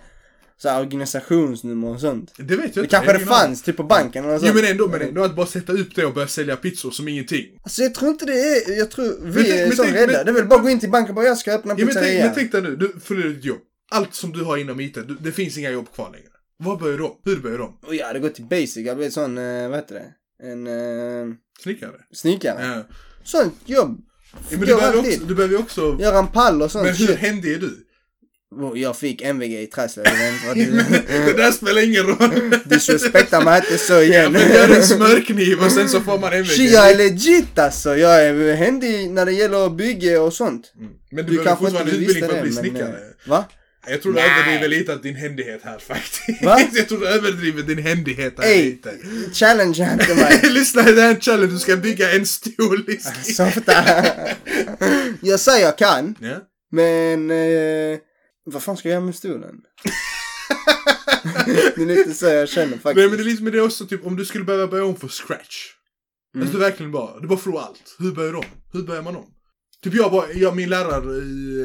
[SPEAKER 2] så här, organisationsnummer och sånt.
[SPEAKER 3] Ja. Det vet jag
[SPEAKER 2] Det
[SPEAKER 3] inte.
[SPEAKER 2] kanske
[SPEAKER 3] jag har
[SPEAKER 2] det
[SPEAKER 3] ingen aning.
[SPEAKER 2] fanns, Mm. typ på banken eller något
[SPEAKER 3] Jo
[SPEAKER 2] sånt.
[SPEAKER 3] men ändå, men ändå att bara sätta upp det och börja sälja pizzor som ingenting.
[SPEAKER 2] Alltså jag tror inte det är, jag tror vi
[SPEAKER 3] Men tänk-
[SPEAKER 2] är
[SPEAKER 3] men
[SPEAKER 2] så
[SPEAKER 3] tänk-
[SPEAKER 2] rädda.
[SPEAKER 3] men-
[SPEAKER 2] det är väl bara att gå in till banken och bara jag ska öppna en
[SPEAKER 3] Ja, men, tänk,
[SPEAKER 2] pizzeria.
[SPEAKER 3] men tänk dig nu, du förlorar ditt jobb. Allt som du har inom IT, du, det finns inga jobb kvar längre. Vad börjar de? Hur börjar de?
[SPEAKER 2] Och jag hade gått till basic, jag blev sån, eh, vad heter det? En eh,
[SPEAKER 3] Snickare?
[SPEAKER 2] snickare.
[SPEAKER 3] Ja.
[SPEAKER 2] Sånt jobb.
[SPEAKER 3] Ja, men du
[SPEAKER 2] Gör
[SPEAKER 3] behöver
[SPEAKER 2] allt
[SPEAKER 3] också,
[SPEAKER 2] ditt.
[SPEAKER 3] du behöver ju också
[SPEAKER 2] Göra en pall och sånt.
[SPEAKER 3] men hur
[SPEAKER 2] shit.
[SPEAKER 3] händig är du?
[SPEAKER 2] Och Jag fick MVG i träslöjd. jag vet inte vad det-
[SPEAKER 3] det där spelar ingen roll.
[SPEAKER 2] Disrespekta mig inte så igen.
[SPEAKER 3] Man gör en smörkniv och sen så får man en
[SPEAKER 2] Shit, jag är legit alltså. Jag är händig när det gäller bygge och sånt.
[SPEAKER 3] Mm. Men du,
[SPEAKER 2] Du
[SPEAKER 3] behöver
[SPEAKER 2] kanske inte
[SPEAKER 3] fortfarande utbildning
[SPEAKER 2] visste
[SPEAKER 3] för att
[SPEAKER 2] det,
[SPEAKER 3] bli
[SPEAKER 2] men...
[SPEAKER 3] snickare.
[SPEAKER 2] eh, Va?
[SPEAKER 3] Jag tror du
[SPEAKER 2] Nej.
[SPEAKER 3] överdriver lite att din händighet här faktiskt.
[SPEAKER 2] Va?
[SPEAKER 3] Jag tror du överdriver din händighet här
[SPEAKER 2] Ey,
[SPEAKER 3] lite.
[SPEAKER 2] challenge inte mig.
[SPEAKER 3] Lyssna, det här är en challenge. Du ska bygga en stol i skiss.
[SPEAKER 2] Softa. Jag säger jag kan,
[SPEAKER 3] Ja.
[SPEAKER 2] men... Eh, vad fan ska jag göra med stolen? det är lite så jag känner faktiskt.
[SPEAKER 3] Nej, men, det är liksom, men det är också typ om du skulle behöva börja om från scratch. Alltså
[SPEAKER 2] Mm.
[SPEAKER 3] du verkligen bara, du bara förlorar allt. Hur börjar du om? Hur börjar man om? Typ jag bara, jag min lärare, i,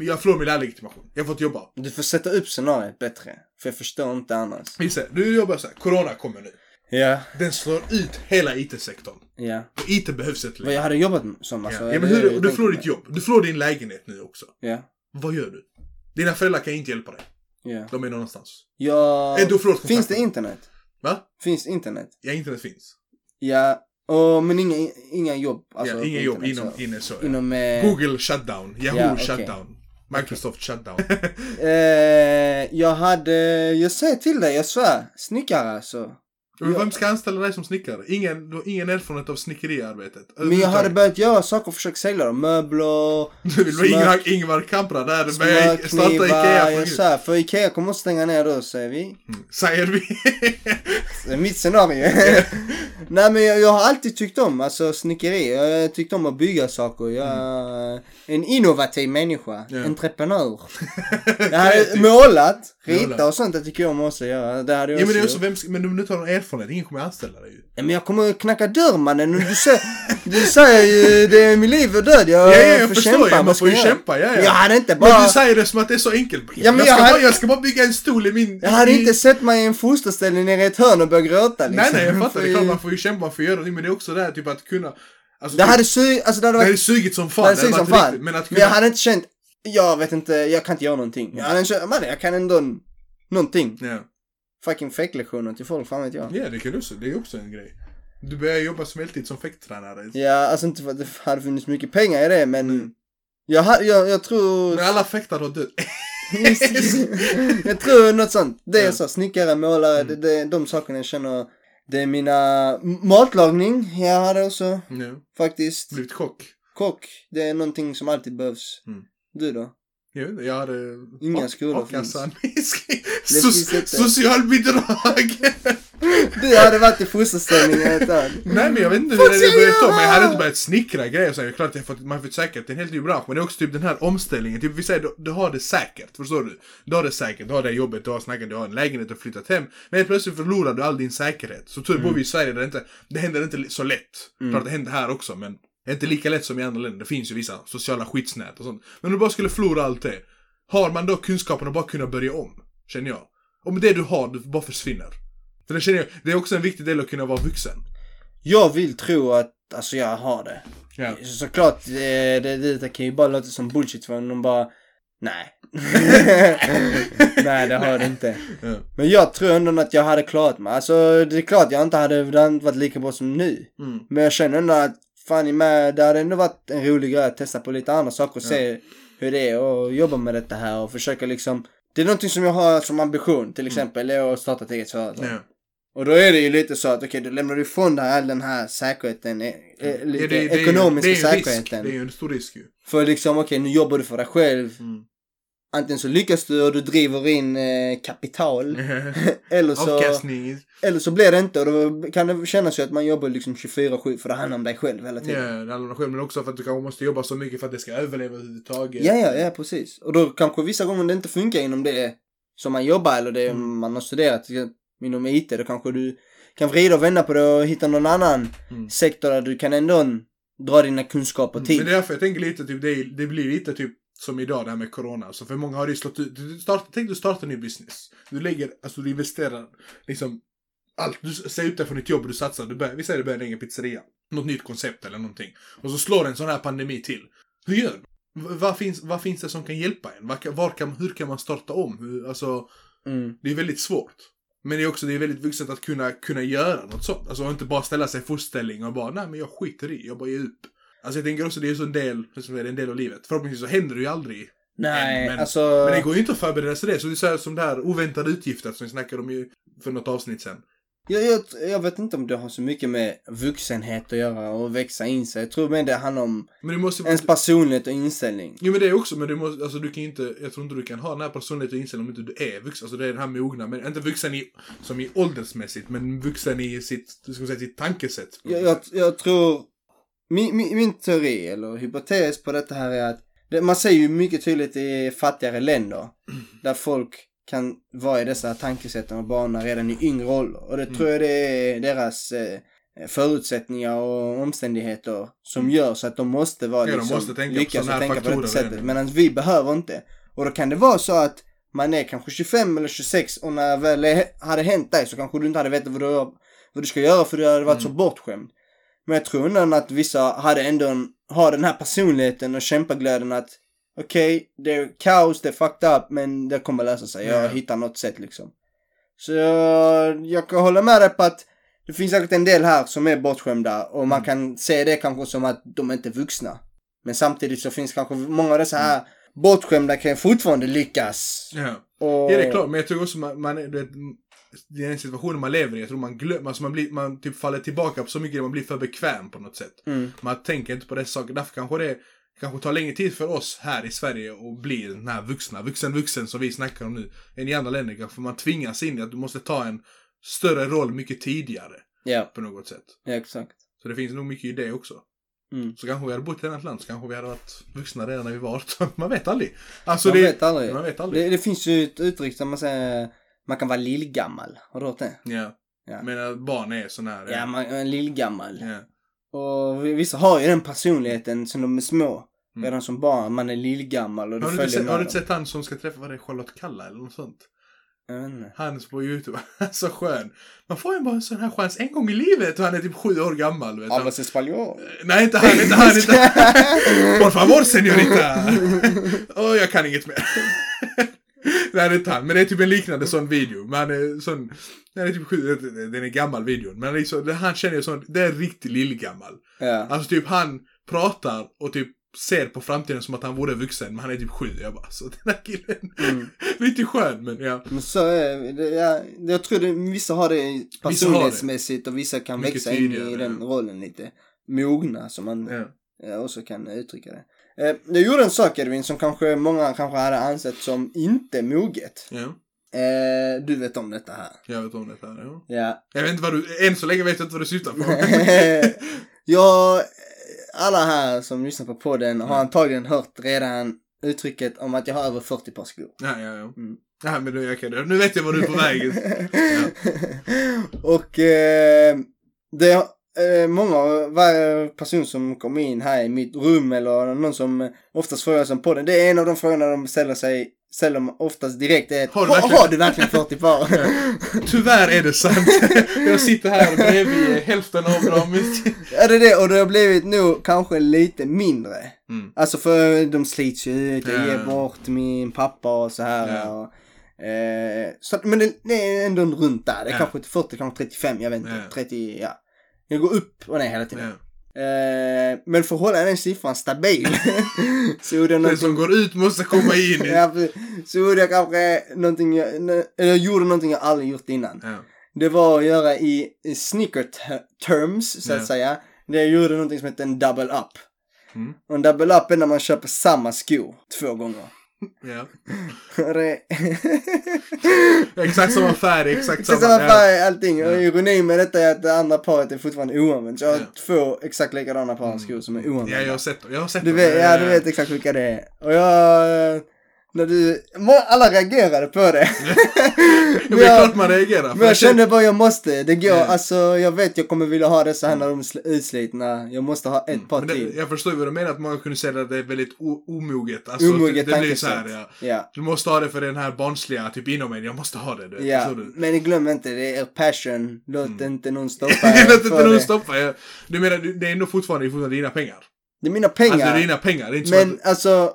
[SPEAKER 3] eh, jag förlorar min lärarlegitimation. Jag har fått jobba.
[SPEAKER 2] Du får sätta upp scenariet bättre. För jag förstår inte annars.
[SPEAKER 3] Gissa, nu jobbar jag så här, corona kommer nu.
[SPEAKER 2] Ja.
[SPEAKER 3] Den slår ut hela IT-sektorn.
[SPEAKER 2] Ja.
[SPEAKER 3] Och IT behövs inte
[SPEAKER 2] Vad
[SPEAKER 3] längre.
[SPEAKER 2] jag hade jobbat som alltså.
[SPEAKER 3] Ja, men
[SPEAKER 2] det är det
[SPEAKER 3] hur,
[SPEAKER 2] jag
[SPEAKER 3] du
[SPEAKER 2] tänker
[SPEAKER 3] förlorar
[SPEAKER 2] mig.
[SPEAKER 3] ditt jobb. Du förlorar din lägenhet nu också.
[SPEAKER 2] Ja.
[SPEAKER 3] Vad gör du? Dina föräldrar kan inte hjälpa dig.
[SPEAKER 2] Ja.
[SPEAKER 3] De är någonstans.
[SPEAKER 2] Ja.
[SPEAKER 3] Är du förlorat
[SPEAKER 2] Finns det
[SPEAKER 3] kontakten.
[SPEAKER 2] internet?
[SPEAKER 3] Va?
[SPEAKER 2] Finns internet?
[SPEAKER 3] Ja, internet finns.
[SPEAKER 2] Ja. Och, men inga, inga jobb.
[SPEAKER 3] ja,
[SPEAKER 2] på
[SPEAKER 3] inga jobb
[SPEAKER 2] Alltså, internet,
[SPEAKER 3] inom,
[SPEAKER 2] så.
[SPEAKER 3] inne så. ja.
[SPEAKER 2] Inom... Eh,
[SPEAKER 3] Google shutdown. Yahoo
[SPEAKER 2] Ja, okej.
[SPEAKER 3] shutdown. Microsoft shutdown.
[SPEAKER 2] eh, jag hade... Jag säger till dig, jag svär. Snickare alltså.
[SPEAKER 3] Men Vem ska anställa dig som snickare? Ingen, du har ingen erfarenhet av snickeriarbetet.
[SPEAKER 2] Men jag hade börjat göra saker och försökt sälja dem. Möbler,
[SPEAKER 3] Du vill vara
[SPEAKER 2] smör-
[SPEAKER 3] Ingvar, Ingvar Kamprad där. börjar i- Starta
[SPEAKER 2] smörknivar.
[SPEAKER 3] Ikea.
[SPEAKER 2] jag
[SPEAKER 3] För...
[SPEAKER 2] svär, För Ikea kommer att stänga ner då säger vi.
[SPEAKER 3] Mm, Säger vi.
[SPEAKER 2] Det är mitt scenario. Nej men jag, jag har alltid tyckt om alltså snickeri. Jag har tyckt om att bygga saker. Jag är en innovativ människa.
[SPEAKER 3] Mm. Ja.
[SPEAKER 2] Entreprenör. Jag hade målat,
[SPEAKER 3] Målat.
[SPEAKER 2] rita och sånt. Det tycker jag om också att göra. Det hade jag
[SPEAKER 3] ja, men,
[SPEAKER 2] också
[SPEAKER 3] det är
[SPEAKER 2] gjort.
[SPEAKER 3] också, vem, ska- men om du inte har någon erfarenhet, ingen kommer anställa dig. ju.
[SPEAKER 2] Ja, men jag kommer att knacka dörr mannen. Och Du säger, du säger ju det är min liv och död. Jag,
[SPEAKER 3] Ja, ja, jag
[SPEAKER 2] får
[SPEAKER 3] förstår
[SPEAKER 2] kämpa.
[SPEAKER 3] ju. Man
[SPEAKER 2] Vad ska
[SPEAKER 3] får ju
[SPEAKER 2] jag
[SPEAKER 3] kämpa, ja, ja.
[SPEAKER 2] Jag hade inte bara...
[SPEAKER 3] Men du säger det som att det är så enkelt.
[SPEAKER 2] Ja, men
[SPEAKER 3] jag,
[SPEAKER 2] jag
[SPEAKER 3] ska
[SPEAKER 2] hade-
[SPEAKER 3] bara, jag ska bara bygga en stol i min...
[SPEAKER 2] Jag hade
[SPEAKER 3] i-
[SPEAKER 2] inte sett mig i en fosterställning nere i ett hörn och börjat gråta liksom.
[SPEAKER 3] Mm. Nej, nej, jag fattar.
[SPEAKER 2] För-
[SPEAKER 3] Det är klart man får ju kämpa, man får göra det. Men det är också det här typ att kunna... Alltså,
[SPEAKER 2] Det
[SPEAKER 3] typ,
[SPEAKER 2] hade sugit, alltså det hade
[SPEAKER 3] det hade
[SPEAKER 2] varit...
[SPEAKER 3] sugit som
[SPEAKER 2] Det
[SPEAKER 3] fan.
[SPEAKER 2] hade
[SPEAKER 3] det hade
[SPEAKER 2] sugit som
[SPEAKER 3] varit
[SPEAKER 2] fan.
[SPEAKER 3] riktigt, Men att
[SPEAKER 2] Men jag
[SPEAKER 3] kunna...
[SPEAKER 2] hade inte känt, jag vet inte, jag kan inte göra någonting. Jag hade inte känt, man, jag kan ändå någonting.
[SPEAKER 3] Ja,
[SPEAKER 2] Fucking fäcklektioner till folk, fan vet jag.
[SPEAKER 3] ja det kan du också. Det är också en grej. Du började jobba som heltid som fäkttränare.
[SPEAKER 2] Ja, alltså inte för att det hade funnits mycket pengar i det, men jag, ha- jag, jag tror...
[SPEAKER 3] Men alla fäktare har dött.
[SPEAKER 2] jag tror något sånt. Det är
[SPEAKER 3] Ja.
[SPEAKER 2] så, snickare, målare, det, det är de sakerna jag känner. Det är mina... m- Matlagning, jag hade också
[SPEAKER 3] Ja.
[SPEAKER 2] faktiskt.
[SPEAKER 3] Blivit kock.
[SPEAKER 2] Kock, det är någonting som alltid behövs.
[SPEAKER 3] Mm.
[SPEAKER 2] Du då?
[SPEAKER 3] Jag vet inte, jag hade...
[SPEAKER 2] Inga skolor finns.
[SPEAKER 3] A-kassan.
[SPEAKER 2] Det finns
[SPEAKER 3] so-
[SPEAKER 2] inte.
[SPEAKER 3] socialbidrag!
[SPEAKER 2] Du hade varit i fosterställning jag vet inte.
[SPEAKER 3] Nej men jag vet inte
[SPEAKER 2] Vad
[SPEAKER 3] hur det
[SPEAKER 2] säger
[SPEAKER 3] börjat då, men jag hade
[SPEAKER 2] jag?
[SPEAKER 3] inte börjat snickra grejer så här. Klart jag fått, man har fått säkert en helt ny bransch, men det är också typ den här omställningen. Typ vi säger, du, du har det säkert, förstår du? Du har det säkert, du har det jobbet, du har snackat, du har en lägenhet, du har flyttat hem. Men helt plötsligt förlorar du all din säkerhet. Så tur
[SPEAKER 2] Mm.
[SPEAKER 3] bor vi i Sverige där det inte, det händer inte li- så lätt. Klart det händer här också, men det är inte lika lätt som i andra länder. Det finns ju vissa sociala skyddsnät och sånt. Men om du bara skulle förlora allt det, har man då kunskapen att bara kunna börja om? Känner jag. Om det du har, du bara försvinner. För det känner jag, det är också en viktig del att kunna vara vuxen.
[SPEAKER 2] Jag vill tro att, alltså jag har det.
[SPEAKER 3] Ja.
[SPEAKER 2] Så, såklart, eh, det, det, det, det kan ju bara låta som bullshit för någon bara, nej. nej, det har det inte.
[SPEAKER 3] Ja.
[SPEAKER 2] Men jag tror ändå att jag hade klarat mig. Alltså det är klart jag inte hade, det hade inte varit lika bra som nu.
[SPEAKER 3] Mm.
[SPEAKER 2] Men jag känner ändå att, fan i med, det hade ändå varit en rolig grej att testa på lite andra saker och se hur det är och jobba med detta här och försöka liksom. Det är någonting som jag har som ambition till exempel, är att starta ett eget företag.
[SPEAKER 3] Mm. Ja. Eh,
[SPEAKER 2] Och då är det ju lite så att okej, då lämnar du ifrån dig all den här säkerheten, eh, eh, lite
[SPEAKER 3] Ja, det- det är ju-
[SPEAKER 2] ekonomiska
[SPEAKER 3] det är ju en risk.
[SPEAKER 2] säkerheten.
[SPEAKER 3] Det är ju en stor risk ju.
[SPEAKER 2] För liksom, okej, nu jobbar du för dig själv.
[SPEAKER 3] Mm.
[SPEAKER 2] Antingen så lyckas du och du driver in eh, kapital. Eller så,
[SPEAKER 3] Mm. Avkastning.
[SPEAKER 2] eller så blir det inte och då kan det kännas ju att man jobbar liksom 24-7 för det handlar om dig själv hela
[SPEAKER 3] Ja,
[SPEAKER 2] tiden.
[SPEAKER 3] det handlar om själv, men också för att du kanske måste jobba så mycket för att det ska överleva överhuvudtaget.
[SPEAKER 2] Ja, ja, ja, precis. Och då kanske vissa gånger det inte funkar inom det som man jobbar eller det
[SPEAKER 3] Mm.
[SPEAKER 2] man har studerat till exempel inom IT. Då kanske du kan vrida och vända på det och hitta någon annan
[SPEAKER 3] Mm.
[SPEAKER 2] sektor där du kan ändå dra dina kunskaper till.
[SPEAKER 3] Men det är därför jag tänker lite, typ, det, är- det blir lite typ som idag det här med corona. Så för många har det ju slått ut. Du startar, tänk du startar en ny business. Du lägger, alltså du investerar liksom allt. Du säger upp dig från ditt jobb och du satsar. Du börjar, vi säger du börjar en egen pizzeria. Något nytt koncept eller någonting. Och så slår en sån här pandemi till. Hur gör du? V- Vad finns, vad finns det som kan hjälpa en? Var, kan- var kan, hur kan man starta om? Hur, alltså,
[SPEAKER 2] Mm.
[SPEAKER 3] Det är väldigt svårt. Men det är också det är väldigt vuxet att kunna, kunna göra något sånt. Alltså inte bara ställa sig i fosterställning och bara nej men jag skiter i, jag bara ger upp. Alltså jag tänker också det är så en del, det är en del av livet. Förhoppningsvis så händer det ju aldrig.
[SPEAKER 2] Nej,
[SPEAKER 3] Men-
[SPEAKER 2] alltså.
[SPEAKER 3] Men det går ju inte att förbereda sig det. Så det är så här, som det här oväntade utgifter som vi snackade om ju för något avsnitt sen.
[SPEAKER 2] Jag, jag, jag vet inte om det har så mycket med vuxenhet att göra och växa in sig. Jag tror mer det handlar om
[SPEAKER 3] Men du måste...
[SPEAKER 2] ens personlighet och inställning.
[SPEAKER 3] Jo men det är också, men du måste, alltså du kan ju inte, jag tror inte du kan ha den här personligheten och inställningen om inte du är vuxen. Alltså det är den här mogna, men inte vuxen i, som i åldersmässigt, men vuxen i sitt, hur ska man säga, sitt tankesätt.
[SPEAKER 2] Jag, jag, jag tror... Min, min, min teori eller hypotes på detta här är att det, man ser ju mycket tydligt i fattigare länder där folk kan vara i dessa tankesätten och banor redan i yngre ålder. Och
[SPEAKER 3] Mm.
[SPEAKER 2] det tror jag det är deras eh, förutsättningar och omständigheter som gör så att de måste vara
[SPEAKER 3] Mm. Ja, de
[SPEAKER 2] liksom,
[SPEAKER 3] måste tänka på
[SPEAKER 2] lyckas
[SPEAKER 3] sådana
[SPEAKER 2] och tänka
[SPEAKER 3] här
[SPEAKER 2] på detta
[SPEAKER 3] faktorer
[SPEAKER 2] sättet.
[SPEAKER 3] redan.
[SPEAKER 2] Medan vi behöver inte. Och då kan det vara så att man är kanske 25 eller 26 och när väl det hade hänt dig så kanske du inte hade vetat vad du, vad du ska göra för du hade varit
[SPEAKER 3] Mm.
[SPEAKER 2] så bortskämd. Men jag tror ändå att vissa hade ändå en, har den här personligheten och kämpaglöden att okej, det är kaos, det är fucked up, men det kommer lösa sig. Jag
[SPEAKER 3] Ja.
[SPEAKER 2] hittar något sätt liksom. Så jag, jag kan hålla med dig på att det finns säkert en del här som är bortskämda och
[SPEAKER 3] Mm.
[SPEAKER 2] man kan se det kanske som att de inte är vuxna. Men samtidigt så finns kanske många av dessa här bortskämda kan ju fortfarande lyckas.
[SPEAKER 3] Mm. Ja.
[SPEAKER 2] Och...
[SPEAKER 3] Ja, det är klart. Men jag tror också man, man är- du vet, det är en situation man lever i. Jag tror man glömmer, alltså man, blir, man typ faller tillbaka på så mycket, man blir för bekväm på något sätt.
[SPEAKER 2] Mm.
[SPEAKER 3] Man tänker inte på dessa saker. Därför kanske det kanske tar längre tid för oss här i Sverige att bli den här vuxna, vuxen vuxen som vi snackar om nu, än i andra länder kanske. Man tvingas in i att du måste ta en större roll mycket tidigare
[SPEAKER 2] Ja,
[SPEAKER 3] på något sätt.
[SPEAKER 2] ja, exakt.
[SPEAKER 3] Så det finns nog mycket i det också.
[SPEAKER 2] Mm.
[SPEAKER 3] Så kanske vi hade bott i ett annat land, så kanske vi hade varit vuxna redan när vi var 18. Man vet aldrig. Alltså
[SPEAKER 2] man,
[SPEAKER 3] det,
[SPEAKER 2] vet aldrig.
[SPEAKER 3] man vet aldrig.
[SPEAKER 2] Det, det finns ju ett uttryck som man säger man kan vara lillgammal. Har du hört det?
[SPEAKER 3] Ja.
[SPEAKER 2] Ja.
[SPEAKER 3] Men att barn är sån här.
[SPEAKER 2] Ja, man är lillgammal.
[SPEAKER 3] ja.
[SPEAKER 2] Och vi- vissa har ju den personligheten som de är små.
[SPEAKER 3] Mm.
[SPEAKER 2] Redan som barn, man är lillgammal och det
[SPEAKER 3] Har du, inte
[SPEAKER 2] följer
[SPEAKER 3] sett,
[SPEAKER 2] med.
[SPEAKER 3] har du inte sett han som ska träffa, vad det är, Charlotte Kalla eller något sånt?
[SPEAKER 2] dem. Jag vet inte.
[SPEAKER 3] Han som på YouTube, han är så skön. Man får ju bara en sån här chans en gång i livet och han är typ sju år gammal. Vet han,
[SPEAKER 2] Hablas español.
[SPEAKER 3] nej, inte han, inte han, inte han. Por favor señorita! Åh, jag kan inget mer. Nej, det är inte han. Men det är typ en liknande sån video. Men eh, sån... Den är typ sju... Den är gammal videon. Men liksom, det- han känner ju sån... Det är riktigt lillgammal.
[SPEAKER 2] Ja.
[SPEAKER 3] Alltså typ han pratar och typ ser på framtiden som att han vore vuxen. Men han är typ sju. Jag bara, så den här killen.
[SPEAKER 2] Mm.
[SPEAKER 3] Lite skön, men ja.
[SPEAKER 2] Men så är det, ja, jag tror det, vissa har det personlighetsmässigt och vissa kan
[SPEAKER 3] Mycket
[SPEAKER 2] växa in i
[SPEAKER 3] tydligare,
[SPEAKER 2] den
[SPEAKER 3] ja.
[SPEAKER 2] rollen lite. Mogna som man
[SPEAKER 3] Ja.
[SPEAKER 2] eh, också kan uttrycka det. Eh, Jag gjorde en sak Edvin som kanske många kanske hade ansett som inte moget.
[SPEAKER 3] ja.
[SPEAKER 2] Eh, Du vet om detta här.
[SPEAKER 3] Jag vet om det här, ja.
[SPEAKER 2] Ja.
[SPEAKER 3] Jag vet inte vad du... Än så länge vet jag inte vad du syftar på.
[SPEAKER 2] jag, alla här som lyssnar på podden har antagligen hört redan uttrycket om att jag har över 40 par skor.
[SPEAKER 3] ja, ja, ja.
[SPEAKER 2] Mm.
[SPEAKER 3] Nej, men nu, jag kan, nu vet jag vad du är på väg. Ja.
[SPEAKER 2] Och eh, det eh, många, varje person som kommer in här i mitt rum eller någon som oftast frågar som podden. Det är en av de frågorna de ställer sig, ställer de oftast direkt. Är,
[SPEAKER 3] Har
[SPEAKER 2] har, du
[SPEAKER 3] du verkligen-
[SPEAKER 2] har du verkligen 40 par?
[SPEAKER 3] Tyvärr är det sant. Jag sitter här bredvid hälften av dem.
[SPEAKER 2] ja det är det och det har blivit nog kanske lite mindre.
[SPEAKER 3] Mm.
[SPEAKER 2] Alltså för de slits ju ut, jag
[SPEAKER 3] Ja.
[SPEAKER 2] ger bort min pappa och så här.
[SPEAKER 3] Ja.
[SPEAKER 2] Och, eh, så, att- men det, det är ändå en runt där. Det är
[SPEAKER 3] Ja.
[SPEAKER 2] kanske inte 40, kanske 35, jag vet inte.
[SPEAKER 3] Ja.
[SPEAKER 2] 30, ja. Jag går upp och ner hela tiden.
[SPEAKER 3] Ja.
[SPEAKER 2] Eh, men för att hålla den siffran stabil. så gjorde jag
[SPEAKER 3] Den
[SPEAKER 2] någonting.
[SPEAKER 3] som går ut måste komma in. Ja.
[SPEAKER 2] Ja, precis. så gjorde jag kanske någonting, jag, eller jag gjorde någonting jag aldrig gjort innan. Det var att göra i i sneaker ter- terms, så att
[SPEAKER 3] Ja.
[SPEAKER 2] säga. Det jag gjorde någonting som hette en double up.
[SPEAKER 3] Mm.
[SPEAKER 2] Och en double up är när man köper samma sko två gånger.
[SPEAKER 3] Ja.
[SPEAKER 2] Det-
[SPEAKER 3] Exakt samma färg, exakt samma.
[SPEAKER 2] Exakt samma
[SPEAKER 3] ja.
[SPEAKER 2] färg, allting. Och
[SPEAKER 3] Ja.
[SPEAKER 2] ironin med detta är att det andra paret är fortfarande oanvänt. Så jag har
[SPEAKER 3] Ja. Mm.
[SPEAKER 2] två exakt likadana par skor som är oanvända.
[SPEAKER 3] Ja, jag har sett dem. Jag har sett
[SPEAKER 2] Du
[SPEAKER 3] dem.
[SPEAKER 2] vet, ja, du vet exakt vilka det är. Och jag... eh, När du... må- Alla reagerade på det.
[SPEAKER 3] Ja,
[SPEAKER 2] men,
[SPEAKER 3] Det är klart
[SPEAKER 2] jag,
[SPEAKER 3] man reagerar. för
[SPEAKER 2] men jag kände bara jag måste. Det går.
[SPEAKER 3] Ja.
[SPEAKER 2] Alltså jag vet jag kommer vilja ha dessa här när de är sl- utslitna. Jag måste ha ett par
[SPEAKER 3] Mm. Men det,
[SPEAKER 2] till.
[SPEAKER 3] jag förstår ju vad du menar, att många kunde säga att det är väldigt o- omoget. Alltså,
[SPEAKER 2] Omoget
[SPEAKER 3] det, det blir så här,
[SPEAKER 2] tankesätt.
[SPEAKER 3] ja.
[SPEAKER 2] Ja.
[SPEAKER 3] Du måste ha det för den här barnsliga, typ inom en, jag måste ha det. Du. vet.
[SPEAKER 2] Ja,
[SPEAKER 3] Så du.
[SPEAKER 2] men glöm inte, det är er passion. Låt inte någon stoppa
[SPEAKER 3] Jag vet inte
[SPEAKER 2] för
[SPEAKER 3] hur du
[SPEAKER 2] det.
[SPEAKER 3] stoppar. Jag- Du menar, du- det är ändå fortfarande, det är fortfarande dina pengar?
[SPEAKER 2] Det är mina pengar.
[SPEAKER 3] Alltså det är dina pengar. Det är inte men...
[SPEAKER 2] men
[SPEAKER 3] Att,
[SPEAKER 2] alltså,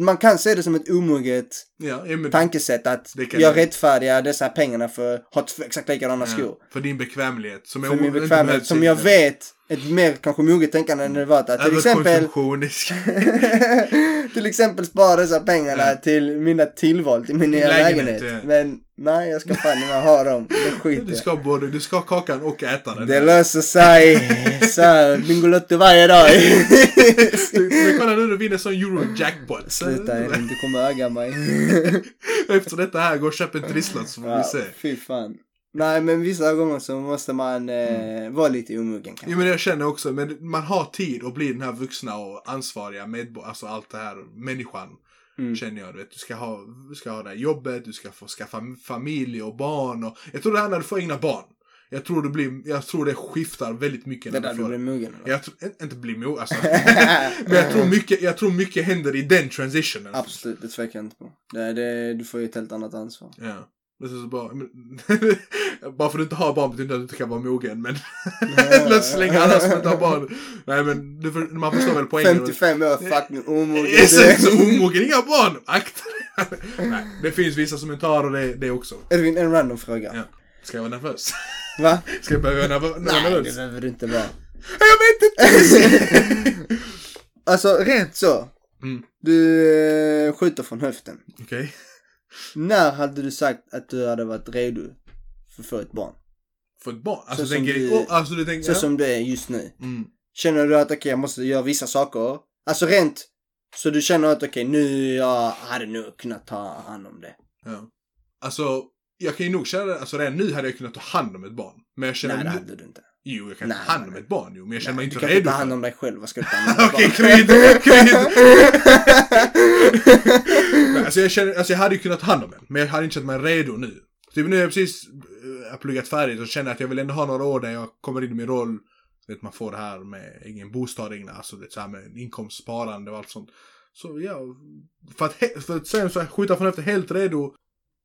[SPEAKER 2] man kan se det som ett omoget
[SPEAKER 3] ja, ja, men,
[SPEAKER 2] tankesätt att
[SPEAKER 3] Det kan
[SPEAKER 2] jag
[SPEAKER 3] det.
[SPEAKER 2] rättfärdigar dessa pengarna för att ha två exakt likadana skor.
[SPEAKER 3] ja, för din bekvämlighet. Som
[SPEAKER 2] för
[SPEAKER 3] o-
[SPEAKER 2] min
[SPEAKER 3] inte
[SPEAKER 2] bekvämlighet.
[SPEAKER 3] behövs
[SPEAKER 2] Som
[SPEAKER 3] inte.
[SPEAKER 2] jag vet, ett mer kanske moget tänkande än det var att till exempel,
[SPEAKER 3] Överkonsumtion. det ska-
[SPEAKER 2] till exempel spara dessa pengarna
[SPEAKER 3] Ja.
[SPEAKER 2] till mina tillval till min nya
[SPEAKER 3] Lägenhet,
[SPEAKER 2] lägenhet.
[SPEAKER 3] ja.
[SPEAKER 2] Men nej, jag ska fan inte ha dem. Det
[SPEAKER 3] Du
[SPEAKER 2] skiter
[SPEAKER 3] ska ha både, du ska ha kakan och äta
[SPEAKER 2] jag.
[SPEAKER 3] den.
[SPEAKER 2] Det löser sig. Så, här, Bingolotto varje dag.
[SPEAKER 3] Men kolla nu, du vinner sån Eurojackpot. Så-
[SPEAKER 2] Sluta Elin, du kommer öga mig.
[SPEAKER 3] Efter detta här, gå och köp en trisslott så får vi
[SPEAKER 2] Ja,
[SPEAKER 3] se.
[SPEAKER 2] fy fan. Nej, men vissa gånger så måste man eh,
[SPEAKER 3] Mm.
[SPEAKER 2] vara lite omogen kanske.
[SPEAKER 3] Jo men jag känner också, men man har tid att bli den här vuxna och ansvariga medborgaren, alltså allt det här, människan.
[SPEAKER 2] Mm.
[SPEAKER 3] Känner jag, du vet. Du ska ha, du ska ha det här jobbet, du ska få skaffa familj och barn och... Jag tror det här när du får egna barn. Jag tror det blir, jag tror det skiftar väldigt mycket
[SPEAKER 2] Det
[SPEAKER 3] när
[SPEAKER 2] där
[SPEAKER 3] du
[SPEAKER 2] du
[SPEAKER 3] får...
[SPEAKER 2] blir mogen eller?
[SPEAKER 3] Jag tror, inte bli mo, alltså. men jag tror, mycket, jag tror mycket händer i den transitionen.
[SPEAKER 2] Absolut, det tvekar jag inte på. Det, det, du får ju ett helt annat ansvar.
[SPEAKER 3] Ja. Det är så bara, men, bara för att du inte har barn betyder inte att du inte kan vara mogen men låt slänga alla som inte har barn. Nej men du, för- man förstår väl poängen.
[SPEAKER 2] 55 år, fucking omogen.
[SPEAKER 3] Yes, så omogen, inga barn! Akta dig! Nej, det finns vissa som inte har det, det också.
[SPEAKER 2] Edvin, en random fråga.
[SPEAKER 3] Ja. Ska jag vara nervös?
[SPEAKER 2] Va?
[SPEAKER 3] Ska jag behöva vara nerv-
[SPEAKER 2] Nej, det
[SPEAKER 3] nervös?
[SPEAKER 2] behöver du inte vara.
[SPEAKER 3] Jag vet inte!
[SPEAKER 2] Alltså, rent så.
[SPEAKER 3] Mm.
[SPEAKER 2] Du eh, skjuter från höften.
[SPEAKER 3] Okej.
[SPEAKER 2] När hade du sagt att du hade varit redo för att få ett barn?
[SPEAKER 3] För ett barn? Alltså,
[SPEAKER 2] Så
[SPEAKER 3] tänker,
[SPEAKER 2] som
[SPEAKER 3] du...
[SPEAKER 2] du-
[SPEAKER 3] Oh, alltså du tänker...
[SPEAKER 2] Så som du är just nu.
[SPEAKER 3] Mm.
[SPEAKER 2] Känner du att okej, jag måste göra vissa saker. Alltså rent. Så du känner att okej, nu jag hade nog kunnat ta hand om det.
[SPEAKER 3] Ja. Alltså, jag kan ju nog känna, alltså redan nu hade jag kunnat ta hand om ett barn. Men jag känner
[SPEAKER 2] Nej, det
[SPEAKER 3] nu-
[SPEAKER 2] hade du inte.
[SPEAKER 3] Jo, jag kan
[SPEAKER 2] Nej,
[SPEAKER 3] ta hand om
[SPEAKER 2] nej.
[SPEAKER 3] ett barn, jo, men jag känner mig
[SPEAKER 2] Nej, du
[SPEAKER 3] inte
[SPEAKER 2] kan inte
[SPEAKER 3] redo
[SPEAKER 2] ta hand
[SPEAKER 3] för
[SPEAKER 2] om
[SPEAKER 3] det.
[SPEAKER 2] dig själv. Vad ska du ta hand om ett
[SPEAKER 3] Okej,
[SPEAKER 2] barn?
[SPEAKER 3] krydd, krydd. Alltså jag känner, alltså jag hade ju kunnat ta hand om en, men jag hade inte känt mig redo nu. Typ nu har jag precis eh, pluggat färdigt och känner att jag vill ändå ha några år där jag kommer in i min roll. Du Vet, man får det här med egen bostad, egna, alltså det så här med inkomstsparande och allt sånt. Så ja, för att, he- för att sen så här, skjuta från efter helt redo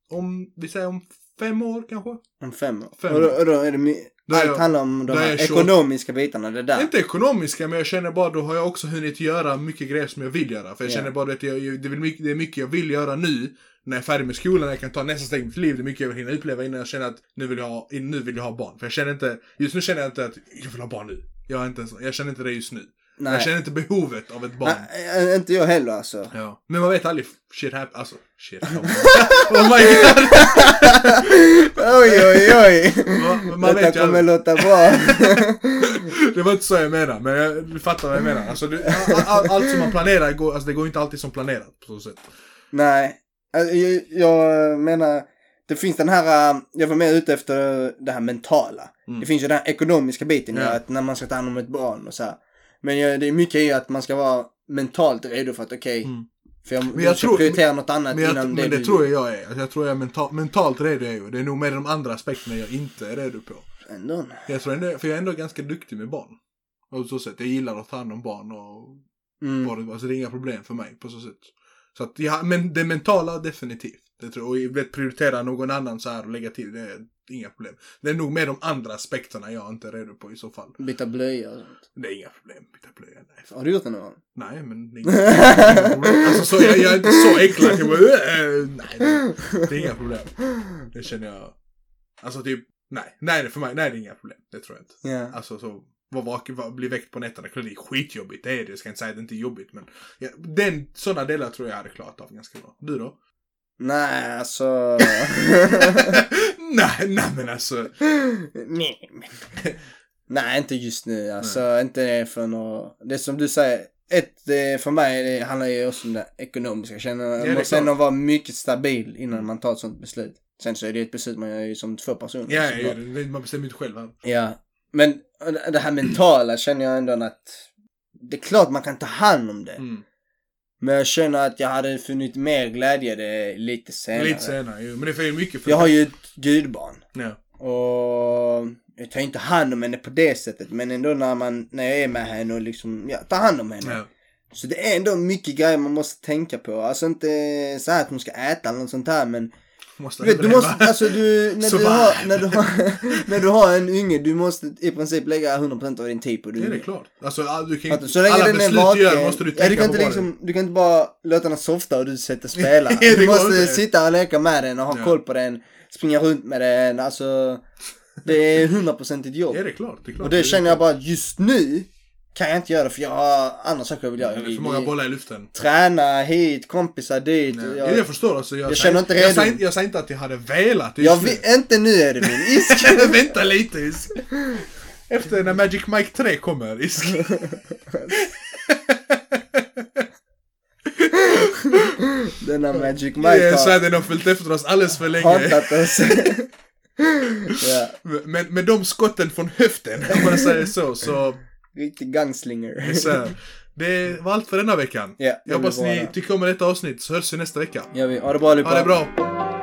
[SPEAKER 3] om, vi säger om fem år kanske?
[SPEAKER 2] Om fem år.
[SPEAKER 3] Fem
[SPEAKER 2] Och, då,
[SPEAKER 3] år.
[SPEAKER 2] och då är det mi-
[SPEAKER 3] Där
[SPEAKER 2] Allt
[SPEAKER 3] jag-
[SPEAKER 2] handlar om de
[SPEAKER 3] där
[SPEAKER 2] här
[SPEAKER 3] jag kör-
[SPEAKER 2] ekonomiska bitarna, det där.
[SPEAKER 3] Inte ekonomiska, men jag känner bara då har jag också hunnit göra mycket grejer som jag vill göra. För jag
[SPEAKER 2] Ja.
[SPEAKER 3] känner bara att jag, det, är väl mycket, det är mycket jag vill göra nu. När jag är färdig med skolan, jag kan ta nästa steg i mitt liv. Det är mycket jag vill hinna uppleva innan jag känner att nu vill jag ha, nu vill jag ha barn. För jag känner inte, just nu känner jag inte att jag vill ha barn nu. Jag, är inte en sån- jag känner inte det just nu.
[SPEAKER 2] Nej.
[SPEAKER 3] Jag känner inte behovet av ett barn.
[SPEAKER 2] Nej, äh, inte jag heller alltså.
[SPEAKER 3] Ja. Men man vet aldrig, shit happens. Alltså, shit happens. oh my god!
[SPEAKER 2] oj, oj, oj.
[SPEAKER 3] Va? Men man vet ju
[SPEAKER 2] Detta kommer
[SPEAKER 3] aldrig.
[SPEAKER 2] låta bra.
[SPEAKER 3] Det var inte så jag menade, men jag, du fattar vad jag menar. Alltså, du, all, all, allt som man planerar, går, alltså, det går inte alltid som planerat på så sätt.
[SPEAKER 2] Nej, alltså, jag, jag menar, det finns den här, äh, jag var mer ute efter det här mentala.
[SPEAKER 3] Mm.
[SPEAKER 2] Det finns ju den här ekonomiska biten,
[SPEAKER 3] Ja.
[SPEAKER 2] ja. att när man ska ta hand om ett barn och så här. Men jag, det är mycket i att man ska vara mentalt redo för att okej,
[SPEAKER 3] Mm.
[SPEAKER 2] för jag,
[SPEAKER 3] Men jag
[SPEAKER 2] du ska
[SPEAKER 3] tror-
[SPEAKER 2] prioritera något annat
[SPEAKER 3] Men, jag,
[SPEAKER 2] innan
[SPEAKER 3] men
[SPEAKER 2] det
[SPEAKER 3] det,
[SPEAKER 2] du-
[SPEAKER 3] tror jag jag är. Alltså, Jag tror jag är mental, mentalt redo är jag. ju. Det är nog mer de andra aspekterna jag inte är redo på.
[SPEAKER 2] Ändå.
[SPEAKER 3] Jag tror ändå, för jag är ändå ganska duktig med barn. Och så sätt, jag gillar att ta hand om barn och
[SPEAKER 2] Mm.
[SPEAKER 3] barn, alltså det är inga problem för mig på så sätt. Så att, ja, men det mentala definitivt. Det tror, och jag vet, prioritera någon annan så här och lägga till, det är inga problem. Det är nog mer de andra aspekterna jag inte är redo på i så fall.
[SPEAKER 2] Byta blöjor och sånt.
[SPEAKER 3] Det är inga problem, byta blöja, nej.
[SPEAKER 2] Har du gjort det någon gång?
[SPEAKER 3] Nej, men det är inga problem. Alltså, så, jag, jag är inte så äcklad. Jag bara, "Äh, nej, det, det är inga problem. Det känner jag. Alltså typ, nej. Nej, det är för mig, nej det är inga problem. Det tror jag inte.
[SPEAKER 2] Ja.
[SPEAKER 3] Alltså så, var vaken, var, bli väckt på nätterna. Klart det är skitjobbigt. Det är det. Jag ska inte säga att det inte är jobbigt, men. Ja, den, sådana delar tror jag hade klarat av ganska bra. Du då?
[SPEAKER 2] Nej, alltså.
[SPEAKER 3] nej, nej men alltså.
[SPEAKER 2] Nej, men... Nej, inte just nu. Alltså, inte för något... Det som du säger. Ett, eh, för mig det handlar ju också om det ekonomiska. Känner,
[SPEAKER 3] det
[SPEAKER 2] man
[SPEAKER 3] är
[SPEAKER 2] måste ändå
[SPEAKER 3] klart.
[SPEAKER 2] vara mycket stabil innan man tar ett sånt beslut. Sen så är det ett beslut man gör ju som två personer.
[SPEAKER 3] Ja,
[SPEAKER 2] såklart.
[SPEAKER 3] ja, det- man bestämmer inte själv. här.
[SPEAKER 2] Ja, men det här mentala känner jag ändå att det är klart man kan ta hand om det.
[SPEAKER 3] Mm.
[SPEAKER 2] Men jag känner att jag hade funnit mer glädje i det lite senare.
[SPEAKER 3] Lite senare ju. Men det är för mycket för
[SPEAKER 2] Jag har ju ett gudbarn.
[SPEAKER 3] Ja.
[SPEAKER 2] Och jag tar inte hand om henne på det sättet. Men ändå när, man, när jag är med henne och liksom, ja, tar hand om henne.
[SPEAKER 3] Ja.
[SPEAKER 2] Så det är ändå mycket grejer man måste tänka på. Alltså inte så här att hon ska äta eller något sånt här men.
[SPEAKER 3] Måste
[SPEAKER 2] Du vet, du
[SPEAKER 3] överleva.
[SPEAKER 2] måste, alltså du, när du
[SPEAKER 3] Survive.
[SPEAKER 2] har, när du har, när du har en unge, du måste i princip lägga 100% av din tid på din
[SPEAKER 3] Ja, det
[SPEAKER 2] unge.
[SPEAKER 3] är klart. Alltså, all- du kan,
[SPEAKER 2] Att så länge
[SPEAKER 3] alla
[SPEAKER 2] den är
[SPEAKER 3] beslut
[SPEAKER 2] vaken,
[SPEAKER 3] du gör måste du tänka
[SPEAKER 2] ja, du kan
[SPEAKER 3] på
[SPEAKER 2] inte
[SPEAKER 3] vad
[SPEAKER 2] liksom, Du kan inte bara låta den softa och du sätter spela.
[SPEAKER 3] Ja, det
[SPEAKER 2] du
[SPEAKER 3] går
[SPEAKER 2] måste
[SPEAKER 3] inte.
[SPEAKER 2] sitta och leka med den och ha
[SPEAKER 3] Ja.
[SPEAKER 2] koll på den, springa runt med den, alltså. Det är hundraprocentigt jobb.
[SPEAKER 3] det är. Ja, det är klart. Det är klart.
[SPEAKER 2] och det känner jag bara, just nu kan jag inte göra det för jag har andra saker jag vill göra.
[SPEAKER 3] Det
[SPEAKER 2] Jag
[SPEAKER 3] är för
[SPEAKER 2] vill
[SPEAKER 3] många
[SPEAKER 2] bli-
[SPEAKER 3] bollar i luften.
[SPEAKER 2] Träna hit, kompisar dit.
[SPEAKER 3] Ja.
[SPEAKER 2] Jag,
[SPEAKER 3] Jag förstår alltså. Jag,
[SPEAKER 2] Jag
[SPEAKER 3] säger-
[SPEAKER 2] känner inte
[SPEAKER 3] jag,
[SPEAKER 2] redo.
[SPEAKER 3] säger, inte- jag säger inte att jag hade velat just
[SPEAKER 2] jag
[SPEAKER 3] nu.
[SPEAKER 2] vill, inte nu Edvin, isk!
[SPEAKER 3] Vänta lite Isk. Efter när Magic Mike 3 kommer Isk.
[SPEAKER 2] Denna Magic Mike
[SPEAKER 3] Eh, Så
[SPEAKER 2] har
[SPEAKER 3] hade de följt efter oss alldeles för länge.
[SPEAKER 2] hatat oss. ja,
[SPEAKER 3] Men med de skotten från höften, om man säger så, så...
[SPEAKER 2] riktig gangslinger.
[SPEAKER 3] så här. Det var allt för denna veckan.
[SPEAKER 2] Ja, det
[SPEAKER 3] jag hoppas
[SPEAKER 2] blir bra
[SPEAKER 3] ni
[SPEAKER 2] det.
[SPEAKER 3] tycker om detta avsnitt, så hörs vi nästa vecka.
[SPEAKER 2] Ja, vi, ha det bra allihopa.
[SPEAKER 3] Ha det bra!